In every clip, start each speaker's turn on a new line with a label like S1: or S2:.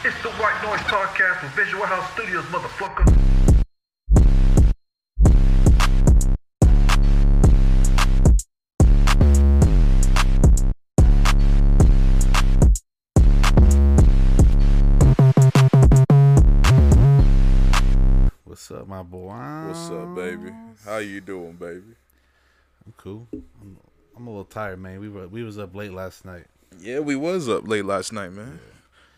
S1: It's the White Noise Podcast from Visual House Studios, motherfucker.
S2: What's up, my boy?
S3: What's up, baby? How you doing, baby?
S2: I'm cool. I'm, I'm a little tired, man. We were we was up late last night.
S3: Yeah, we was up late last night, man.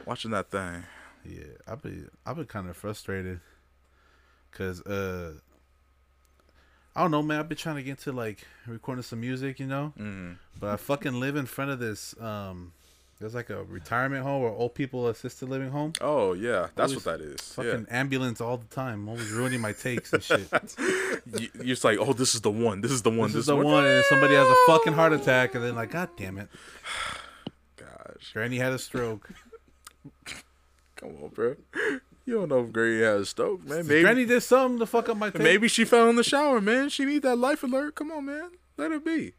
S3: Watching that thing.
S2: Yeah, I've been I've been kind of frustrated, cause uh, I don't know, man. I've been trying to get into like recording some music, you know,
S3: Mm.
S2: but I fucking live in front of this um, there's like a retirement home or old people assisted living home.
S3: Oh yeah, that's
S2: Always
S3: what that is.
S2: Fucking ambulance all the time, always ruining my takes and shit. This,
S3: Yeah, you, you're just like, oh, this is the one. This is the one. This,
S2: is the one, and somebody has a fucking heart attack, and then like, god damn it,
S3: Gosh,
S2: Granny had a stroke.
S3: come on, bro. You don't know if Granny has a stroke, man. Maybe
S2: Granny did something to fuck up my take.
S3: maybe she fell in the shower, man. She need that life alert. Come on, man. Let it be.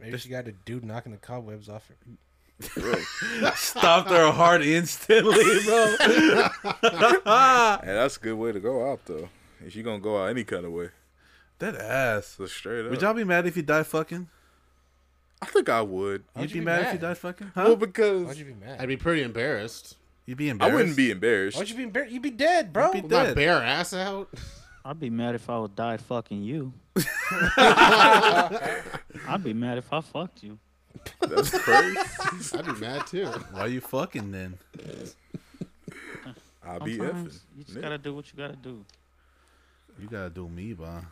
S4: Maybe she got a dude knocking the cobwebs off her.
S2: stopped her heart instantly, bro.
S3: Hey, that's a good way to go out though. If you gonna go out any kind of way,
S2: That ass.
S3: so straight up.
S2: Would y'all be mad if you died fucking?
S3: I think I would.
S4: Why'd
S2: You'd be,
S4: you be
S2: mad, if
S4: mad?
S2: you died fucking? Huh?
S3: Well, because
S4: Why'd you be mad?
S5: I'd be pretty embarrassed.
S2: You'd be
S3: I
S2: embarrassed.
S3: wouldn't be embarrassed.
S4: Why'd you be embarrassed? You'd be dead, bro.
S2: You'd be
S5: With
S2: dead.
S5: my bare ass out.
S6: I'd be mad if I would die fucking you. I'd be mad if I fucked you.
S3: That's crazy.
S5: I'd be mad too.
S2: Why you fucking then?
S3: I'll be effing.
S6: Sometimes you just
S3: Nigga.
S6: gotta do what you gotta do.
S2: You gotta do me, bro.
S3: Man,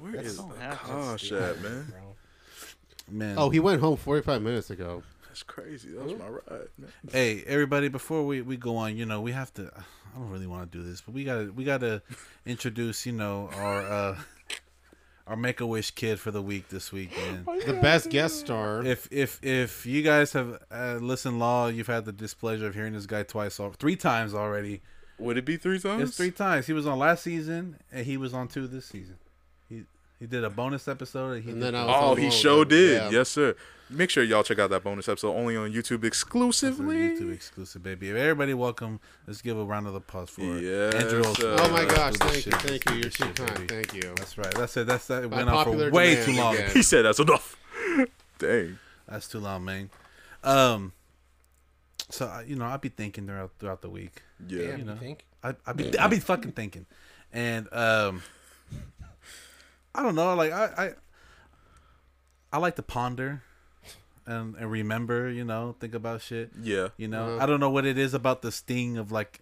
S3: where is
S6: don't
S3: the
S6: happen.
S3: gosh at, man?
S4: Bro.
S2: Man.
S5: Oh, he went home 45 minutes ago.
S3: That's crazy. That was my ride, man.
S2: hey, everybody! Before we, we go on, you know we have to. I don't really want to do this, but we gotta we gotta introduce you know our uh our Make a Wish kid for the week this week, man.
S5: The best guest star.
S2: If if if you guys have uh, listened, law, you've had the displeasure of hearing this guy twice, al- three times already.
S3: Would it be three times?
S2: It's three times. He was on last season, and he was on two this season. He he did a bonus episode, and he
S5: And
S2: did
S5: then I was
S3: Oh,
S5: home
S3: he
S5: alone.
S3: sure did.
S5: Yeah.
S3: Yes, sir. Make sure y'all check out that bonus episode only on YouTube
S2: the
S3: exclusively.
S2: YouTube exclusive, baby. Everybody, welcome. Let's give a round of applause for
S3: Yes,
S2: Andrew. Olson.
S3: sir.
S5: Oh my gosh!
S2: Do this
S5: Thank you,
S2: shit.
S5: thank
S2: Do
S5: you. You're
S2: this
S5: too
S2: shit, baby.
S5: kind. Thank you.
S2: That's right. That's it. That's that. It
S5: By
S2: went on for
S5: popular
S2: way
S5: demand
S2: too long.
S5: again.
S3: He said that's enough. Dang.
S2: That's too long, man. Um, so I, you know, I'd be thinking throughout throughout the week.
S3: Yeah.
S4: Damn,
S2: You
S4: you,
S2: know.
S4: think?
S2: I I be I be fucking thinking, and um, I don't know. Like I I, I like to ponder, and and remember. You know, think about shit.
S3: Yeah.
S2: You know,
S5: Uh-huh.
S2: I don't know what it is about this thing of like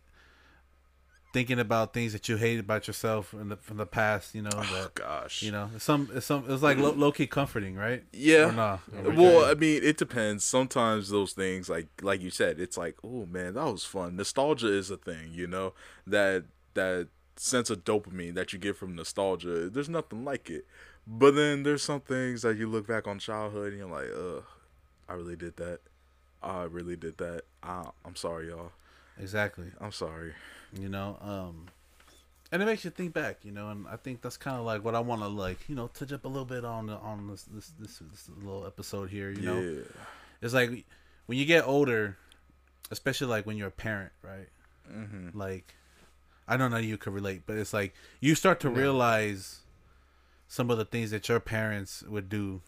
S2: thinking about things that you hate about yourself in the from the past. You know
S3: Oh
S2: that.
S3: gosh.
S2: You know, it's some, it's some, it's like low, low key comforting, right?
S3: Yeah.
S2: Or nah?
S3: Well, I mean, it depends. Sometimes those things, like like you said, it's like, oh man, that was fun. Nostalgia is a thing, you know. That that sense of dopamine that you get from nostalgia, there's nothing like it. But then there's some things that you look back on childhood and you're like, ugh, I really did that. I really did that. I, I'm sorry, y'all.
S2: exactly.
S3: I'm sorry.
S2: you know um and it makes you think back you know and i think that's kind of like what i want to like you know touch up a little bit on the- on this this this, this little episode here you know
S3: yeah.
S2: it's like when you get older especially like when you're a parent right mm-hmm. like i don't know you could relate but it's like you start to realize some of the things that your parents would do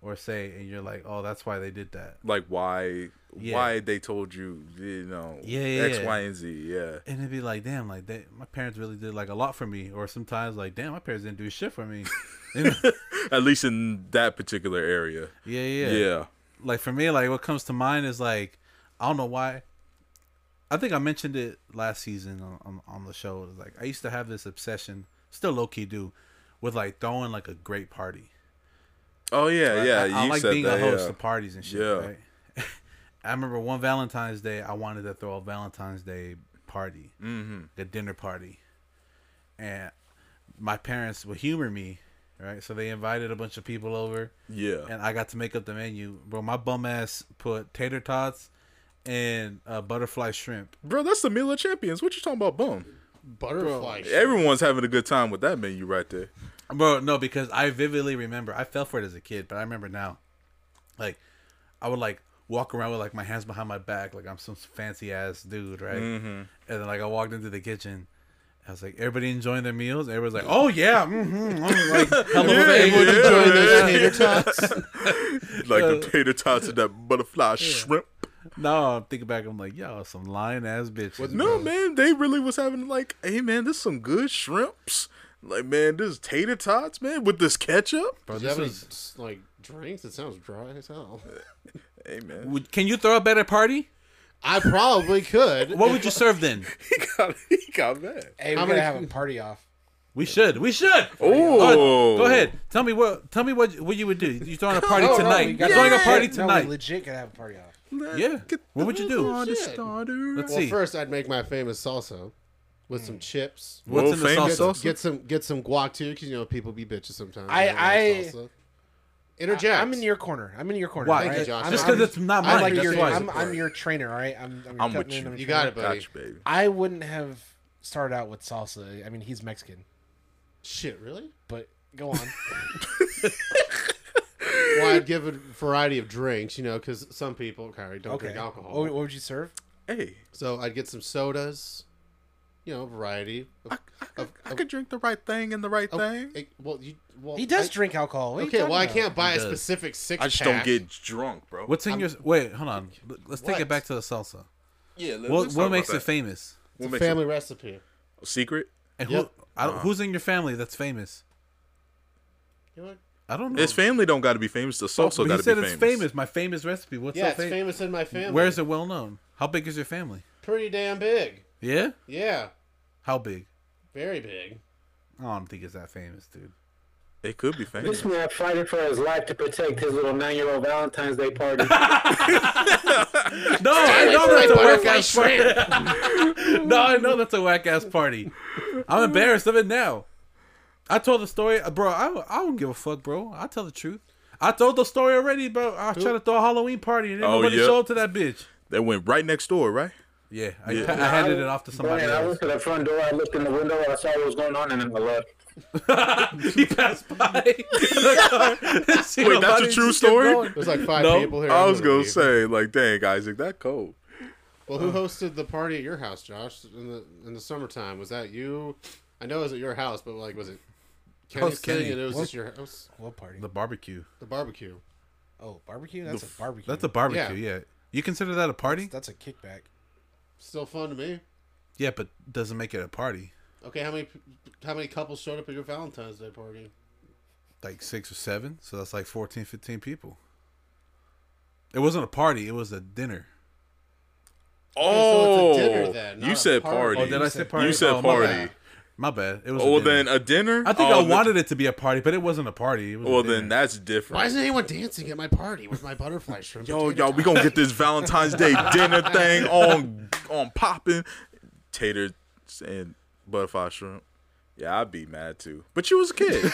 S2: or say and you're like oh that's why they did that
S3: Like why?
S2: Yeah.
S3: Why they told you? You know.
S2: Yeah, yeah,
S3: X,
S2: yeah.
S3: Y, and Z. Yeah.
S2: and it'd be like, damn, like they, my parents really did like a lot for me, or sometimes like, damn, my parents didn't do shit for me. You know?
S3: At least in that particular area.
S2: yeah, yeah,
S3: yeah.
S2: Like for me, like what comes to mind is like, I don't know why. I think I mentioned it last season on, on, on the show. It was Like I used to have this obsession, still low key do, with like throwing like a great party.
S3: Oh yeah, yeah.
S2: I, I
S3: you
S2: like
S3: said
S2: being
S3: that,
S2: a host
S3: yeah.
S2: of parties and shit.
S3: Yeah.
S2: Right? I remember one Valentine's Day, I wanted to throw a Valentine's Day party, mm-hmm. a dinner party, and my parents would humor me, right? So they invited a bunch of people over,
S3: Yeah.
S2: and I got to make up the menu. Bro, my bum ass put tater tots and uh, butterfly shrimp.
S3: Bro, that's the meal of champions. What you talking about, bum?
S5: Butterfly. shit.
S3: Everyone's having a good time with that menu right there.
S2: Bro, no, because I vividly remember. I fell for it as a kid, but I remember now. Like, I would like walk around with like my hands behind my back, like I'm some fancy ass dude, right? And then like I walked into the kitchen. I was like, everybody enjoying their meals. Everybody's like, "Oh yeah, mm-hmm. like, hella fake.
S5: Everyone
S3: yeah,
S5: enjoying those
S3: man.
S5: tater tots.
S3: like
S2: Uh,
S3: the tater tots and that butterfly shrimp.
S2: No, I'm thinking back. I'm like, y'all some lying ass bitches.
S3: No, man, they really was having like, hey man, this some good shrimps. Like man, this tater tots, man, with this ketchup.
S5: Bro, do you have any s- like drinks? It sounds dry as hell.
S3: Hey man,
S2: Would, can you throw a better party?
S5: I probably could.
S2: What would you serve then?
S3: he got he got mad.
S4: Hey, we're
S5: How
S4: gonna
S5: many-
S4: have a party off.
S2: We should. We should.
S3: Oh,
S2: Go ahead. Tell me what. Tell me what. What you would do? You throwing a party
S4: Oh, No, no, we
S2: tonight?
S4: got-
S2: You're throwing a party
S4: No, we
S2: tonight.
S4: legit gonna have a party off.
S2: yeah. What would you do? Let's
S5: Shit. Well,
S2: see.
S5: first I'd make my famous salsa with
S2: Mm.
S5: some chips.
S2: What's in the
S3: Wolf ain't
S2: salsa?
S3: salsa?
S5: Get some get some guac too, because you know people be bitches sometimes.
S4: I-
S5: They don't like
S4: I-
S5: salsa.
S4: I,
S5: interject.
S4: I'm in your corner. I'm in your corner.
S2: Why?
S4: Thank
S5: Hey,
S4: you.
S5: Josh,
S4: I'm-
S5: just
S2: Just because
S4: I'm-
S2: it's not
S5: I
S2: mine.
S4: I'm like
S5: That's
S4: your,
S2: that's why.
S5: why.
S4: I'm, I'm your trainer, all right? I'm, I'm, your
S3: I'm with
S4: cutting in,
S3: you.
S4: your
S5: You
S4: trainer.
S5: got it, buddy.
S3: Got you, baby.
S4: I wouldn't have started out with salsa. I mean, he's Mexican,
S5: Shit, really?
S4: but go on.
S5: Well, I'd give a variety of drinks, you know, because some people, Kyrie, don't
S4: okay.
S5: drink alcohol.
S4: What, what would you serve?
S3: Hey,
S5: So I'd get some sodas, you know, variety. Of,
S3: I, I, I could drink the right thing and the right
S5: of-
S3: thing.
S5: eh, well, you, well,
S4: He does
S5: I-
S4: drink alcohol. What are you
S5: Okay, well,
S4: talking
S5: I
S4: about?
S5: can't buy
S2: He
S5: a
S2: does.
S5: specific six.
S3: I just don't get drunk, bro.
S2: What's in your? Wait, hold on. L- Let's take
S5: What?
S2: it back to the salsa.
S3: yeah? let-
S2: What
S3: let's talk
S2: what makes
S3: about
S2: it
S3: that.
S2: famous?
S3: What
S5: a
S3: makes it-
S5: family recipe.
S3: secret?
S2: And
S5: Yep.
S2: who? I don't, who's in your family that's famous?
S5: You know what?
S2: I don't know.
S3: His family don't got to be famous. The
S2: Oh,
S3: salsa
S2: but
S3: got
S2: he
S3: to
S2: said
S3: be
S2: it's
S3: famous.
S2: famous. My famous recipe. What's
S5: Yeah,
S2: so
S5: it's
S2: famous?
S5: famous in my family.
S2: Where is it well known? How big is your family?
S5: Pretty damn big.
S2: Yeah.
S5: Yeah,
S2: How big?
S5: very big.
S2: I don't think it's that famous, dude.
S3: It could be famous.
S7: This man fighting for his life to protect his little nine-year-old Valentine's Day party.
S2: No, I know
S5: Right,
S2: that's a whack
S5: butterfly
S2: ass party.
S5: shrimp.
S2: No, I know that's a whack ass party. I'm embarrassed of it now. I told the story, uh, bro. I I don't give a fuck, bro. I tell the truth. I told the story already, bro. I was trying to throw a Halloween party and didn't
S3: Oh,
S2: nobody
S3: yeah.
S2: showed up to that bitch.
S3: They went right next door, right?
S2: Yeah, I, I handed it off to somebody
S7: Man, I
S2: else.
S7: went to the front door. I looked in the window. I saw what was going on, and then I left.
S2: he passed by. in the car.
S3: Wait, that's a true story.
S5: There's like five
S2: No,
S5: people here.
S3: I
S5: I'm
S3: was gonna
S5: leave.
S3: say, like, dang, Isaac, that cold.
S5: Well, who hosted the party at your house, Josh, in the in the summertime? Was that you? I know it was at your house, but like, was it Kenny
S2: Host
S5: King
S2: Kenny.
S5: and it was
S4: What?
S5: just your house?
S4: What party?
S2: The barbecue.
S5: The barbecue.
S4: Oh, barbecue? That's a barbecue.
S2: That's a barbecue. Yeah. You consider that a party?
S4: That's a kickback.
S5: Still fun to me.
S2: Yeah, but doesn't make it a party.
S5: Okay, how many p- how many couples showed up at your Valentine's Day party?
S2: Like six or seven, so that's like 14, 15 people. It wasn't a party. It was a dinner.
S5: so
S3: Oh,
S5: it's a dinner then, not
S3: you
S5: a
S3: said
S5: party.
S3: party.
S5: Oh,
S2: did I say party?
S3: You said
S2: Oh, my
S3: party.
S2: bad. My bad. It was.
S3: Oh, well,
S2: a dinner.
S3: then a dinner.
S2: I think
S3: Oh,
S2: I
S3: then-
S2: wanted it to be a party, but it wasn't a party. It was a
S3: Well,
S2: dinner.
S3: then that's different.
S5: Why isn't anyone dancing at my party with my butterfly shrimp?
S3: Yo,
S5: potato
S3: y'all, we gonna get this Valentine's Day dinner thing on on popping taters and butterfly shrimp. Yeah, I'd be mad too. But you was a kid.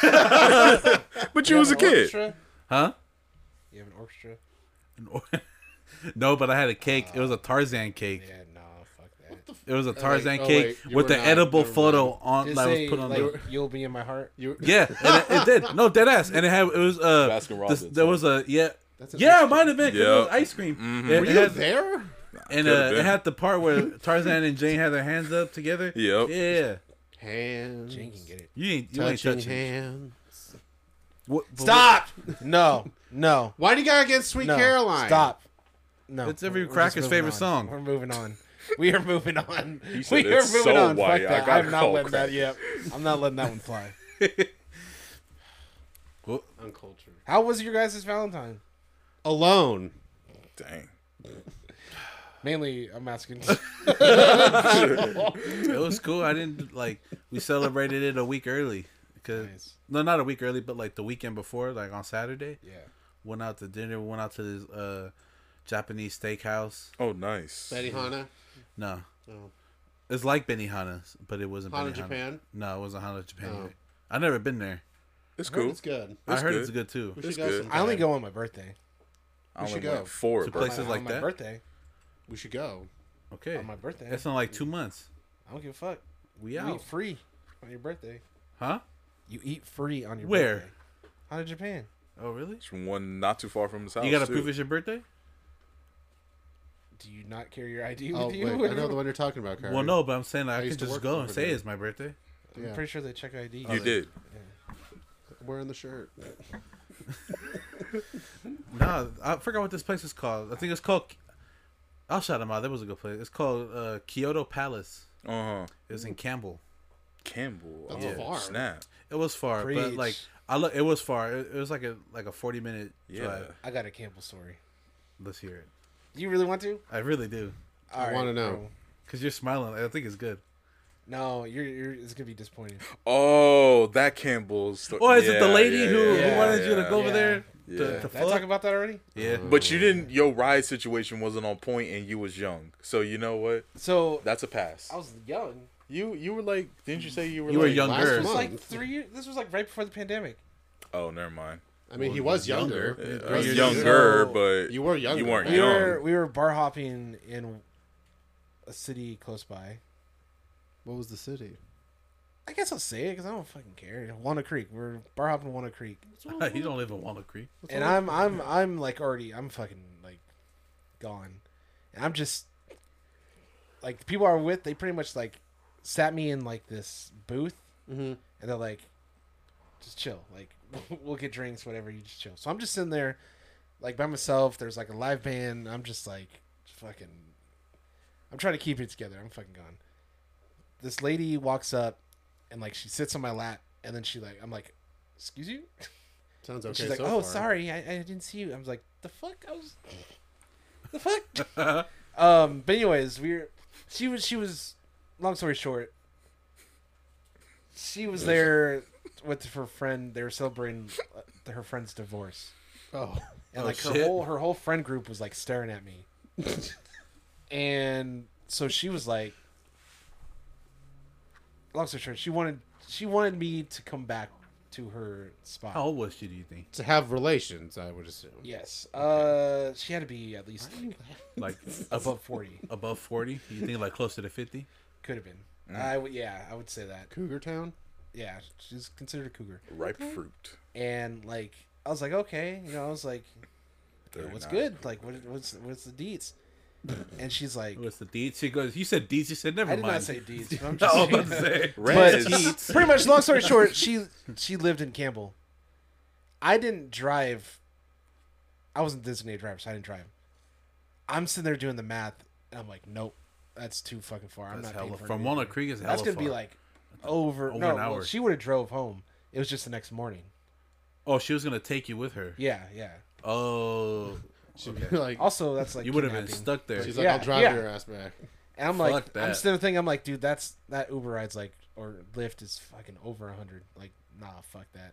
S3: but you was a
S4: An
S3: kid.
S4: Orchestra?
S2: huh?
S4: You have an orchestra?
S2: no, but I had a cake. It was a Tarzan cake.
S4: Yeah, no, fuck that.
S2: It was a Tarzan
S5: Ah. oh,
S2: cake
S5: wait, you
S2: with
S5: were
S2: the
S5: not-
S2: edible
S5: never mind.
S2: photo on
S4: Just
S2: that
S4: say,
S2: was put on
S4: like,
S2: the
S4: you'll be in my heart.
S5: You-
S2: Yeah, and it, it did. No, dead ass. And it had it was uh
S3: Baskin
S2: this-
S3: Robbins,
S2: there
S3: huh?
S2: was a yeah.
S5: That's an
S2: Yeah,
S5: ice
S2: it might have been 'cause
S3: Yeah.
S2: it was ice cream. It,
S5: Were
S2: it
S5: you
S2: had,
S5: there?
S2: and
S3: Could've
S2: uh,
S3: been.
S2: it had the part where Tarzan and Jane had their hands up together.
S3: Yep.
S2: Yeah.
S5: Hands.
S4: You can get it.
S2: You ain't you ain't
S5: Touching
S2: touching. it.
S5: hands.
S2: What- but
S4: Stop! no, no,
S5: Why do you gotta get Sweet
S4: no.
S5: Caroline?
S4: Stop. No.
S2: It's every
S4: we're- we're just
S2: cracker's
S4: moving
S2: favorite
S4: on.
S2: song.
S4: We're moving on. We are moving on.
S3: said
S4: we are
S3: it's
S4: moving
S3: so
S4: on.
S3: white,
S4: Fuck
S3: I
S4: that.
S3: gotta
S4: I'm not
S3: call
S4: letting
S3: crack.
S4: that. Yep. I'm not letting that one fly.
S5: Uncultured.
S4: How was your guys' Valentine?
S5: Alone.
S3: Dang.
S4: Mainly, I'm asking.
S2: It was cool. I didn't like we celebrated it a week early because
S4: Nice.
S2: no, not a week early, but like the weekend before, like on Saturday.
S4: yeah.
S2: Went out to dinner. Went out to this uh Japanese steakhouse.
S3: Oh, nice.
S5: Betty Hanna.
S2: No,
S5: Oh.
S2: it's like Benihana's, but it wasn't
S5: Hana
S2: Benihana.
S5: Japan.
S2: No, it wasn't Hana Japan.
S5: Oh.
S2: right. I've never been there.
S3: It's
S5: Heard
S3: cool.
S5: It's good.
S2: I
S3: It's
S2: heard
S3: good.
S2: it's good too.
S5: We
S3: It's
S5: should go
S3: good.
S5: sometime.
S4: I only go on my birthday.
S3: I only
S5: should go.
S3: went four.
S2: To
S3: bro.
S2: places
S4: on
S2: like
S4: my
S2: that?
S4: birthday.
S5: We should go.
S2: Okay,
S4: On my birthday.
S2: it's in like two months.
S4: I don't give a fuck.
S2: We
S4: You
S2: out,
S4: eat free on your birthday.
S2: huh?
S4: You eat free on your
S2: Where?
S4: birthday. Out of Japan.
S2: Oh really?
S3: It's one not too far from his house.
S2: You gotta
S3: too.
S2: prove it's your birthday.
S4: do you not carry your ID with
S5: Oh
S4: you?
S5: wait, I know the one you're talking about, Carter.
S2: Well, no, but I'm saying like, I,
S5: used
S2: could
S5: to
S2: just
S5: work
S2: go and
S5: over
S2: say
S5: there.
S2: it's my birthday.
S4: I'm
S5: Yeah.
S4: pretty sure they check ID.
S2: Oh,
S3: You did.
S5: wearing the shirt.
S2: No, I forgot what this place is called. I think it's called. I'll shout them out. That was a good place. It's called uh, Kyoto Palace.
S3: Uh
S2: It
S3: huh.
S4: Mm.
S2: was in Campbell.
S3: Campbell.
S5: That's
S3: oh,
S5: far.
S3: Snap.
S2: It was far, but
S4: Preach.
S2: like I look, it was far. It, it was like a like a forty minute
S3: Yeah.
S2: drive.
S4: I got a Campbell story.
S2: Let's hear it.
S4: You really want to?
S2: I really do,
S4: All
S5: wanna
S4: right,
S5: know.
S4: cool.
S2: cause you're smiling. I think it's good.
S4: No, you're you're. It's gonna be disappointing.
S3: Oh, that Campbell's.
S2: Oh, is it the lady who,
S4: yeah,
S2: who wanted you to
S3: yeah.
S2: go over
S4: yeah.
S2: there?
S3: Yeah.
S2: To, to
S4: Did I talk
S2: fuck?
S4: about that already?
S2: Yeah.
S3: But you didn't. Your ride situation wasn't on point, and you was young. So you know what?
S4: So
S3: That's a pass.
S4: I was young.
S3: You you were like, didn't you say you were?
S2: You were
S3: like,
S2: younger.
S5: last
S4: This was
S5: month.
S4: like three. years. This was like right before the pandemic.
S3: Oh, never mind.
S5: I mean, he
S2: Well,
S5: was younger.
S2: Uh, younger. Yeah,
S3: I was
S5: Three years
S3: younger,
S4: So-
S3: but
S5: You were younger.
S3: You weren't
S4: We
S5: Yeah.
S3: young.
S4: were we were bar hopping in a city close by.
S5: What was the city?
S4: I guess I'll say it because I don't fucking care. Wanna Creek. We're bar hopping Wanna Creek,
S2: you don't live in Walnut Creek.
S4: and I'm I'm I'm like already I'm fucking like gone, and I'm just like the people I was with. They pretty much like sat me in like this booth,
S5: Mhm.
S4: and they're like, just chill. Like we'll get drinks, whatever. You just chill. So I'm just sitting there, like by myself. There's like a live band. I'm just like fucking. I'm trying to keep it together. I'm fucking gone. This lady walks up, and like she sits on my lap, and then she like I'm like, excuse you.
S5: Sounds okay.
S4: She's like,
S5: so
S4: "Oh,
S5: far.
S4: sorry, I, I didn't see you." I was like, "The fuck?" I was, the fuck. um, but anyways, we were. She was. She was. Long story short, she was there with her friend. They were celebrating uh, her friend's divorce,
S5: Oh,
S4: and
S2: Oh,
S4: like her
S2: shit.
S4: whole her whole friend group was like staring at me, and so she was like, long story short, she wanted she wanted me to come back to her spot.
S2: How old was she? Do you think?
S5: to have relations, I would assume.
S4: Yes. Uh, she had to be at least
S2: Like above
S4: above forty.
S2: above forty? You think like closer to fifty?
S4: Could have been. I would. Yeah, I would say that.
S5: Cougar Town.
S4: Yeah, she's considered a cougar.
S3: ripe fruit.
S4: And like, I was like, okay, you know, I was like,
S3: They're
S4: what's
S3: not.
S4: good? Like, what, what's what's the deets? And she's like,
S2: What's the deeds? She goes. You said deeds. You said never
S4: I did
S2: mind.
S4: not say deets. but
S2: I was
S4: I'm just
S2: about to
S4: saying-
S2: say.
S3: Red
S4: but pretty much, long story short, she she lived in Campbell. I didn't drive. I wasn't a designated driver, so I didn't drive. I'm sitting there doing the math, and I'm like, nope, that's too fucking far. I'm
S2: That's
S4: not
S2: hella,
S4: paying for
S2: from
S4: an
S2: Walnut
S4: Uber.
S2: Creek is hella
S4: That's gonna be
S2: far.
S4: like over.
S2: Over
S4: no,
S2: an
S4: well,
S2: hour.
S4: she would have drove home. It was just the next morning.
S2: Oh, she was gonna take you with her.
S4: Yeah, yeah.
S2: Oh,
S5: She'd be like,
S4: Also, that's like
S2: you would have been
S4: kidnapping.
S2: stuck there.
S5: she's like,
S4: Yeah,
S5: I'll drive
S4: yeah.
S5: your ass back.
S4: And I'm like,
S2: Fuck
S4: I'm
S2: that.
S4: still thinking, I'm like, dude, that's that Uber ride's like or Lyft is fucking over a hundred. Like, nah, fuck that.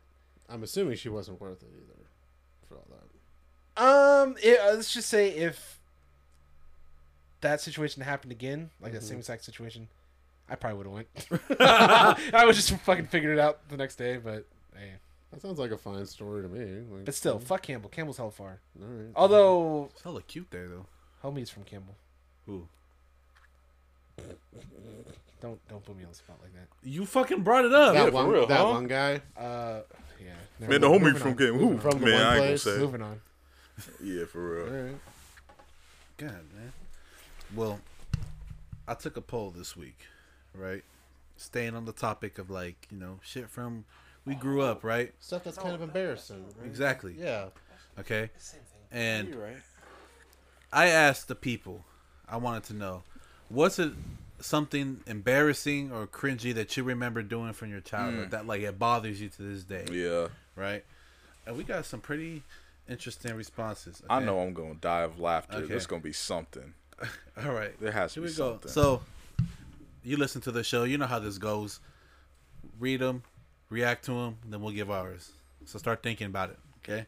S5: I'm assuming she wasn't worth it either for all that.
S4: Um, it, uh, let's just say if that situation happened again, like that same
S2: Mm-hmm.
S4: exact situation, I probably would have went. I would just fucking figured it out the next day, but hey,
S5: That sounds like a fine story to me. Like,
S4: but
S2: Mm-hmm.
S4: still, fuck Campbell. Campbell's hell far.
S5: all right.
S4: Although
S2: It's hella cute there though.
S4: homie's from Campbell.
S2: Who?
S4: Don't don't put me on the spot like that.
S2: You fucking brought it up.
S5: that
S3: for
S5: one,
S3: real,
S5: that
S3: huh?
S5: one guy.
S4: Uh, yeah. never
S3: Man, the homie
S4: mind. Moving
S3: from
S4: on.
S3: Game. Who?
S5: From the
S3: Man,
S5: one
S3: I ain't gonna
S5: place.
S3: say.
S4: Moving on.
S3: Yeah, for
S5: All
S3: real.
S5: right.
S2: God, man. Well, I took a poll this week, right? Staying on the topic of like, you know, shit from we grew up, right?
S5: Stuff that's
S4: oh.
S5: kind of embarrassing. right?
S2: Exactly.
S5: Yeah.
S2: Okay. And I asked the people. I wanted to know, what's it something embarrassing or cringy that you remember doing from your childhood that like it bothers you to this day,
S3: Mm. Yeah,
S2: right? And we got some pretty interesting responses.
S3: I
S2: okay?
S3: know I'm gonna die of laughter.
S2: Okay.
S3: There's gonna be something.
S2: All right.
S3: There has to
S2: Here
S3: be
S2: we go.
S3: something.
S2: So, you listen to the show. You know how this goes. Read them, react to them, then we'll give ours. So start thinking about it. Okay.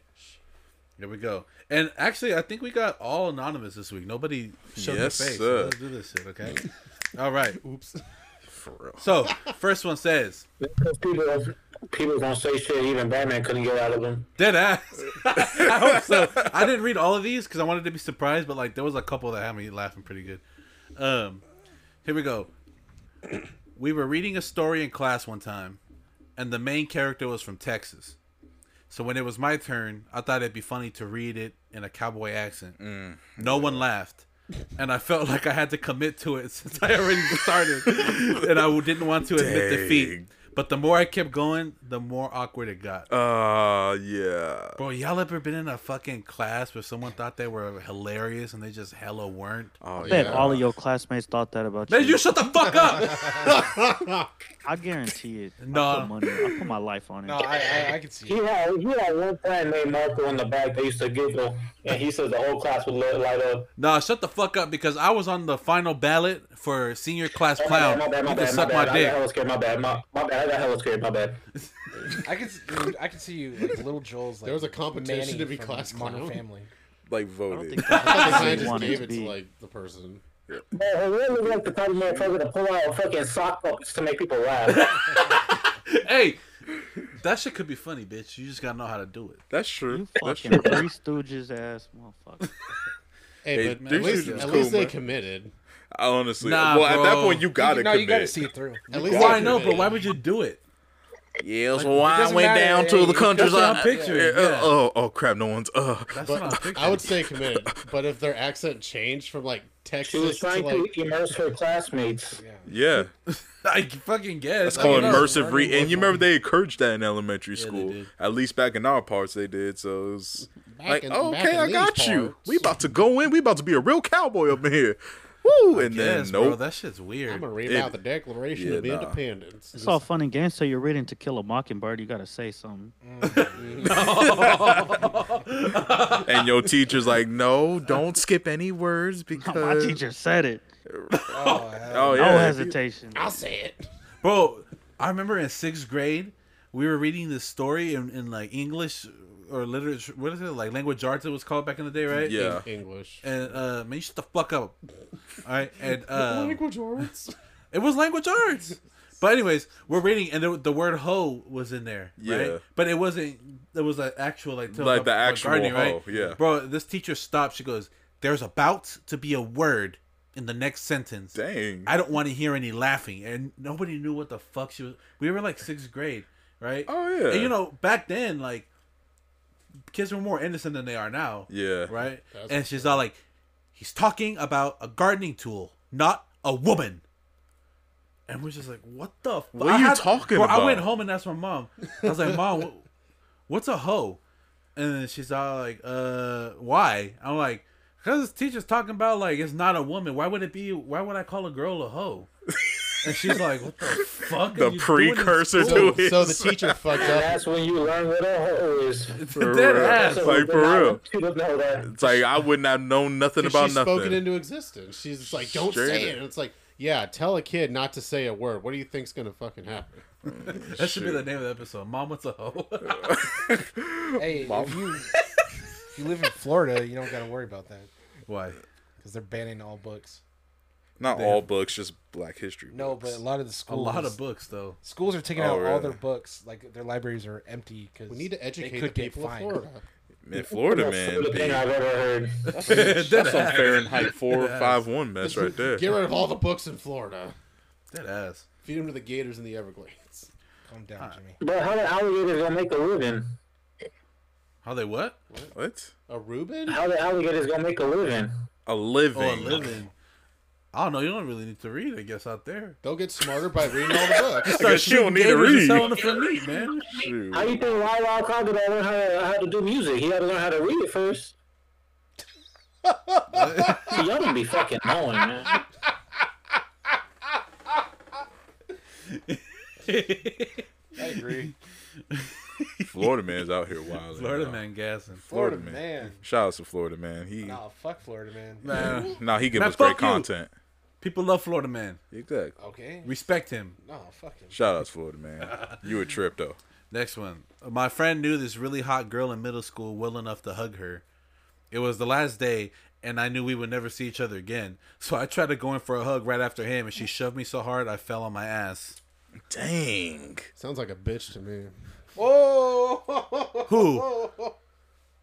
S2: Here we go. And actually, I think we got all anonymous this week. Nobody showed
S3: Yes,
S2: their face.
S3: sir.
S2: So let's do this shit. Okay. all right.
S5: Oops.
S3: For real.
S2: So first one says
S7: Because people, people gonna say shit. Even Batman couldn't get out of them.
S2: dead ass. I hope so. I didn't read all of these because I wanted to be surprised, but like there was a couple that had me laughing pretty good. Um, here we go. We were reading a story in class one time, and the main character was from Texas. So when it was my turn, I thought it'd be funny to read it in a cowboy accent. no one laughed. and I felt like I had to commit to it since I already started, and I didn't want to admit defeat.
S3: Dang.
S2: But the more I kept going, the more awkward it got.
S3: Uh, yeah.
S2: Bro, y'all ever been in a fucking class where someone thought they were hilarious and they just hella weren't?
S3: Oh,
S6: I bet
S3: yeah.
S6: all of your classmates thought that about you.
S2: Man, you shut the fuck up!
S6: I guarantee it. I
S2: No.
S6: put money. I put my life on it.
S4: No, I, I, I can see
S7: He
S4: it.
S7: had, he had one friend named Marco in the back that used to giggle, and he said the whole class would let light up.
S2: nah, shut the fuck up because I was on the final ballot for senior class
S7: Oh, my bad,
S2: clown.
S7: my bad, my
S2: You can
S7: bad, my
S2: suck
S7: bad.
S2: my
S7: I got
S2: dick.
S7: hella scared. My bad, my, my bad. I got hella scared. My bad.
S4: I can, s- dude, I can see you, like little Joel's. Like,
S5: There was a competition
S4: Manny
S5: to be
S4: from
S5: class
S4: Modern
S5: clown.
S4: Family.
S3: Like
S6: I don't
S3: voted.
S6: think
S5: I
S6: that's
S5: thought
S6: what
S5: the
S6: you
S5: scientist
S6: want it
S5: gave
S6: to
S5: it to
S6: be.
S5: like the person.
S7: Man, it really like the type of motherfucker to pull out fucking sock puppets to make people laugh.
S2: Hey, that shit could be funny, bitch. You just gotta know how to do it.
S3: That's true.
S6: You
S3: That's
S6: fucking
S3: true.
S6: Three Stooges ass motherfucker.
S5: Hey,
S3: Hey,
S5: but
S3: this
S5: at least,
S3: dude was
S5: at
S3: cool,
S5: least they
S3: man.
S5: committed.
S3: I honestly.
S2: Nah,
S3: well, at that
S2: bro.
S3: point, you gotta
S4: no, you
S3: commit.
S4: got to see it through.
S5: At least
S2: Well,
S5: they
S2: I know, but
S5: committed.
S2: why would you do it?
S3: Yeah, so why I
S4: doesn't
S3: went
S4: matter.
S3: down
S4: Hey,
S3: to the
S4: it's
S3: country's
S2: just
S3: I,
S2: on picture,
S3: uh, uh,
S2: yeah.
S3: Oh, oh crap! No one's. Uh,
S2: That's
S5: But
S2: not a picture.
S5: I would say committed. But if their accent changed from like
S7: She
S5: Texas
S7: was
S5: to
S7: trying
S5: like
S7: to immerse her classmates.
S3: yeah,
S2: I fucking guess.
S3: it's
S2: I
S3: called
S2: don't know.
S3: immersive reading. And you remember they encouraged that in elementary
S2: they
S3: school.
S2: did.
S3: At least back in our parts, they did. So it was
S5: Back
S3: like,
S5: in- back
S3: okay,
S5: in
S3: I
S5: these
S3: got you.
S5: parts.
S3: We about to go in. We about to be a real cowboy up in here. Woo! And
S2: Yes,
S3: then
S2: bro,
S3: nope.
S2: that shit's weird.
S5: I'm gonna read
S3: It-
S5: out the Declaration
S3: yeah,
S5: of
S3: nah.
S5: Independence.
S6: It's all fun and games. So you're reading To Kill a Mockingbird. You gotta say something.
S3: and your teacher's like, no, don't skip any words because.
S6: My teacher said it.
S3: Oh
S6: No
S3: Uh, yeah.
S6: hesitation.
S5: I'll say it.
S2: Bro, I remember in sixth grade, we were reading this story in, in like English or literature. What is it like? Language arts. It was called back in the day, right?
S3: Yeah.
S5: English.
S2: And uh, man, you shut the fuck up. All right, and uh,
S5: Language arts.
S2: it was language arts. But anyways, we're reading, and the, the word "hoe" was in there,
S3: Yeah.
S2: right? But it wasn't. It was an actual like to-
S3: Like the
S2: uh,
S3: actual
S2: gardening,
S3: hoe, yeah.
S2: Bro, this teacher stopped. She goes, "There's about to be a word in the next sentence."
S3: Dang.
S2: I don't want to hear any laughing. And nobody knew what the fuck she was. We were like sixth grade, right?
S3: Oh, yeah.
S2: And you know, back then, like, kids were more innocent than they are now.
S3: yeah.
S2: Right? and she's all like, he's talking about a gardening tool, not a woman. And we're just like, what the fuck?
S3: What are you talking
S2: bro, I
S3: about?
S2: went home and asked my mom. I was like, mom, wh- what's a hoe? And then she's all like, uh, why? I'm like, because this teacher's talking about, like, it's not a woman. Why would it be, why would I call a girl a hoe? And she's like, what the fuck?
S3: The precursor
S2: to
S5: So,
S3: to it.
S5: so the teacher fucked
S7: And
S5: up.
S7: that's when you learn what a hoe is.
S3: For
S2: Dead
S3: real.
S2: ass.
S7: So
S3: Like,
S7: but
S3: for
S7: now
S3: real.
S7: You don't know that.
S3: It's like I would not know nothing
S5: She's
S3: about nothing.
S5: spoken into existence. She's just like, don't
S3: Straight
S5: say
S3: up.
S5: it. And it's like, yeah, tell a kid not to say a word. What do you think's gonna fucking happen?
S2: That should be the name of the episode. Mom, what's a hoe?
S4: Hey, if you, if you live in Florida, you don't got to worry about that
S2: why?
S4: because they're banning all books.
S3: Not all books, just Black History.
S4: No,
S3: books.
S4: but a lot of the
S2: A
S4: schools,
S2: lot of books, though.
S4: schools are taking
S3: Oh,
S4: out all
S3: really?
S4: their books. Like their libraries are empty because
S5: We need to educate
S4: they
S5: the
S4: could get
S5: people of
S4: fined.
S5: Florida.
S3: man, Florida
S7: That's
S3: man,
S7: the thing
S3: be-
S7: I've ever heard.
S2: Dead
S3: that's on
S2: ass.
S3: Fahrenheit four five one mess right there.
S5: Get rid of all the books in Florida.
S2: Dead ass.
S5: Feed them to the gators in the Everglades.
S4: Calm down, Jimmy.
S7: But how do alligators gonna make a living?
S2: How they what?
S3: What?
S5: A Reuben?
S7: How the alligators gonna make a living?
S3: A living.
S2: Oh, a living. I don't know. You don't really need to read, I guess, out there.
S5: They'll get smarter by reading all the books.
S3: I guess you don't need to read.
S2: Selling it for meat, man.
S3: Shoot.
S7: How do you think Wild Wild Crocodile learned how to, how to do music? He had to learn how to read it first. See, y'all don't be fucking knowing, man.
S4: I agree.
S3: Florida man's out here wild.
S2: Florida man gassing.
S4: Florida
S3: man.
S4: man.
S3: Shout out to Florida man. He
S4: Oh fuck, Florida man.
S2: Man,
S3: nah, he gives
S2: Man,
S3: us great
S2: fuck you.
S3: content.
S2: people love Florida man.
S3: Exactly.
S4: Okay.
S2: Respect him.
S4: No, fuck him.
S3: Shout out to Florida man. You a trip though.
S2: Next one. My friend knew this really hot girl in middle school well enough to hug her. It was the last day, and I knew we would never see each other again. So I tried to go in for a hug right after him, and she shoved me so hard I fell on my ass.
S3: Dang.
S5: Sounds like a bitch to me.
S4: Whoa!
S2: Who?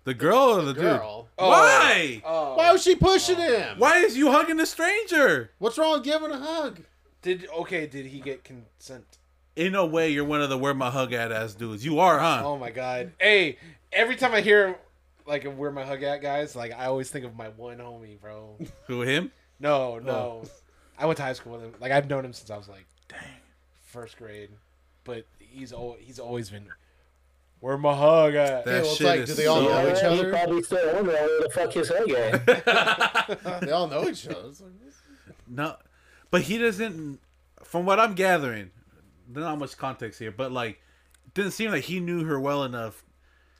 S2: The girl or the,
S5: Girl.
S2: dude?
S3: Oh.
S2: Why?
S5: Why was she pushing
S4: Oh.
S5: him?
S2: Why is you hugging a stranger?
S5: What's wrong with giving a hug?
S4: Did okay? Did he get consent?
S2: In a way, you're one of the where my hug at ass dudes. You are, huh?
S4: Oh my god. Hey, every time I hear like of where my hug at guys, like I always think of my one homie, bro.
S2: Who him?
S4: No,
S2: Oh.
S4: no. I went to high school with him. Like I've known him since I was like dang first grade, but he's al- he's always been where my hug at.
S2: That
S5: well, it's
S2: shit
S5: like,
S2: is
S5: do they all
S2: so-
S5: know
S7: Yeah,
S5: each
S7: he
S5: other?
S7: probably still wondering where the fuck his head at.
S5: they all know each other. It's like,
S2: No, but he doesn't. From what I'm gathering, there's not much context here, but like, it didn't seem like he knew her well enough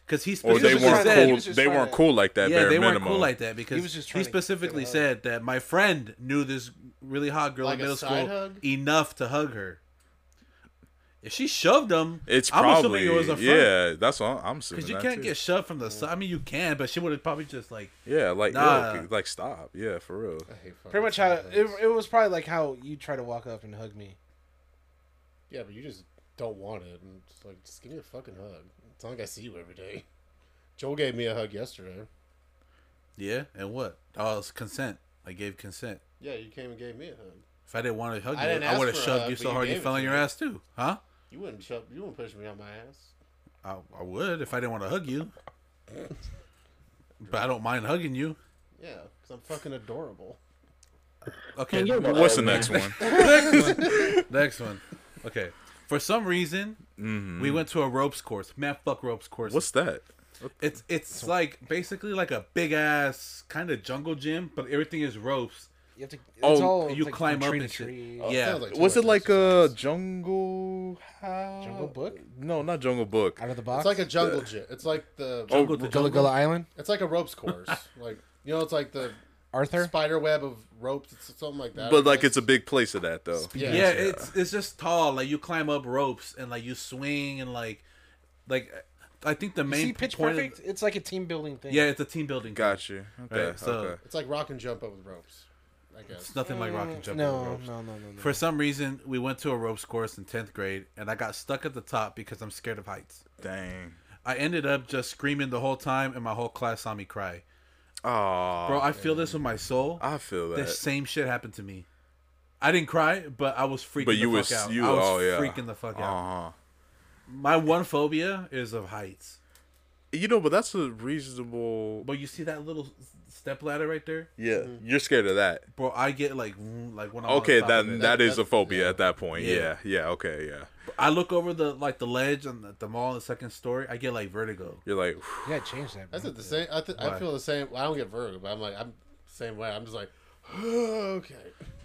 S2: because he
S3: Or they
S2: specifically
S3: weren't
S2: said,
S3: cool.
S4: was just
S3: They
S4: trying
S3: weren't
S4: to-
S3: cool like that.
S2: yeah,
S3: bare
S2: they weren't
S3: minimum.
S2: cool like that because he,
S4: was just trying to get
S2: specifically
S4: a hug.
S2: said that my friend knew this really hot girl
S5: Like
S2: in
S5: a
S2: middle
S5: side
S2: school
S5: hug?
S2: enough to hug her. If she shoved him,
S3: It's
S2: I'm
S3: probably
S2: assuming it was a front.
S3: yeah. That's all. I'm assuming.
S2: Because you
S3: that
S2: can't
S3: too.
S2: get shoved from the side. I mean, you can, but she would have probably just like
S3: Yeah, like
S2: Nah.
S3: ew, like stop. Yeah, for real.
S5: I hate fucking
S4: Pretty much how
S5: sidehooks.
S4: it, it was probably like how you try to walk up and hug me.
S5: Yeah, but you just don't want it. And it's like, just give me a fucking hug. It's not like I see you every day. Joel gave me a hug yesterday.
S2: yeah, and what? Oh, it's consent. I gave consent.
S5: Yeah, you came and gave me a hug.
S2: If I didn't want to hug
S5: I
S2: you,
S5: didn't
S2: I
S5: ask
S2: would have
S5: for a
S2: shoved
S5: hug,
S2: you
S5: but
S2: so
S5: you
S2: hard you
S5: gave it
S2: fell on
S5: to
S2: your
S5: me.
S2: ass too, huh?
S5: You wouldn't shove, you wouldn't push me on my ass.
S2: I, I would if I didn't want to hug you. but I don't mind hugging you.
S5: Yeah, because I'm fucking adorable.
S2: Okay,
S7: You're
S3: But What's the
S7: old, man.
S3: next one?
S2: next one. Okay, for some reason we went to a ropes course. Man, fuck ropes course.
S3: What's that?
S2: It's it's like basically like a big ass kind of jungle gym, but everything is ropes.
S4: You have to. It's
S3: Oh,
S4: all,
S2: you
S4: like,
S2: climb up
S4: from tree
S2: and
S4: to
S2: shit. Oh.
S4: tree.
S2: yeah,
S5: Oh, Sounds too
S3: Was
S5: much
S3: it like a
S5: exercise.
S3: jungle? How?
S4: Jungle Book?
S3: No, not jungle book. Oh,
S4: Out of the box.
S5: It's like a jungle gym. It's like the.
S2: jungle to
S4: Gullah
S2: jungle.
S4: Gullah Island.
S5: It's like a ropes course. like you know, it's like the
S4: Arthur.
S5: spider web of ropes. It's something like that.
S3: But like it's a big place of that though.
S5: yeah.
S2: yeah, it's it's just tall. Like you climb up ropes and like you swing and like like I think the main
S4: See Pitch
S2: point. of-
S4: Perfect. It's like a team building thing.
S2: yeah, it's a team building. thing.
S3: Got you. Okay.
S2: Right, so-
S3: okay.
S5: It's like rock and jump up with ropes. I guess.
S2: It's nothing like rock and jump. over
S4: No,
S2: ropes.
S4: no, no, no, no.
S2: For some reason, we went to a ropes course in tenth grade, and I got stuck at the top because I'm scared of heights.
S3: Dang.
S2: I ended up just screaming the whole time, and my whole class saw me cry.
S3: Oh,
S2: Bro, I feel this with my soul.
S3: I feel
S2: The
S3: that.
S2: same shit happened to me. I didn't cry, but I was freaking
S3: But you
S2: the
S3: was-
S2: fuck out.
S3: you-
S2: I was
S3: oh, yeah.
S2: freaking the fuck out.
S3: Uh-huh.
S2: My one phobia is of heights.
S3: You know, but that's a reasonable.
S2: But you see that little step ladder right there,
S3: Yeah, you're scared of that.
S2: bro. I get like, mm, like when I'm
S3: Okay,
S2: on top
S3: that,
S2: of it.
S3: that is
S5: That-
S3: a phobia at that point.
S2: Yeah.
S3: Yeah. yeah, okay, yeah.
S2: I look over the like the ledge on the, the mall, the second story. I get like vertigo.
S3: You're like,
S4: You gotta change that.
S5: That's
S4: bro.
S5: it. The same. I, th- I
S2: Why?
S5: feel the same. I don't get vertigo, but I'm like I'm same way. I'm just like okay.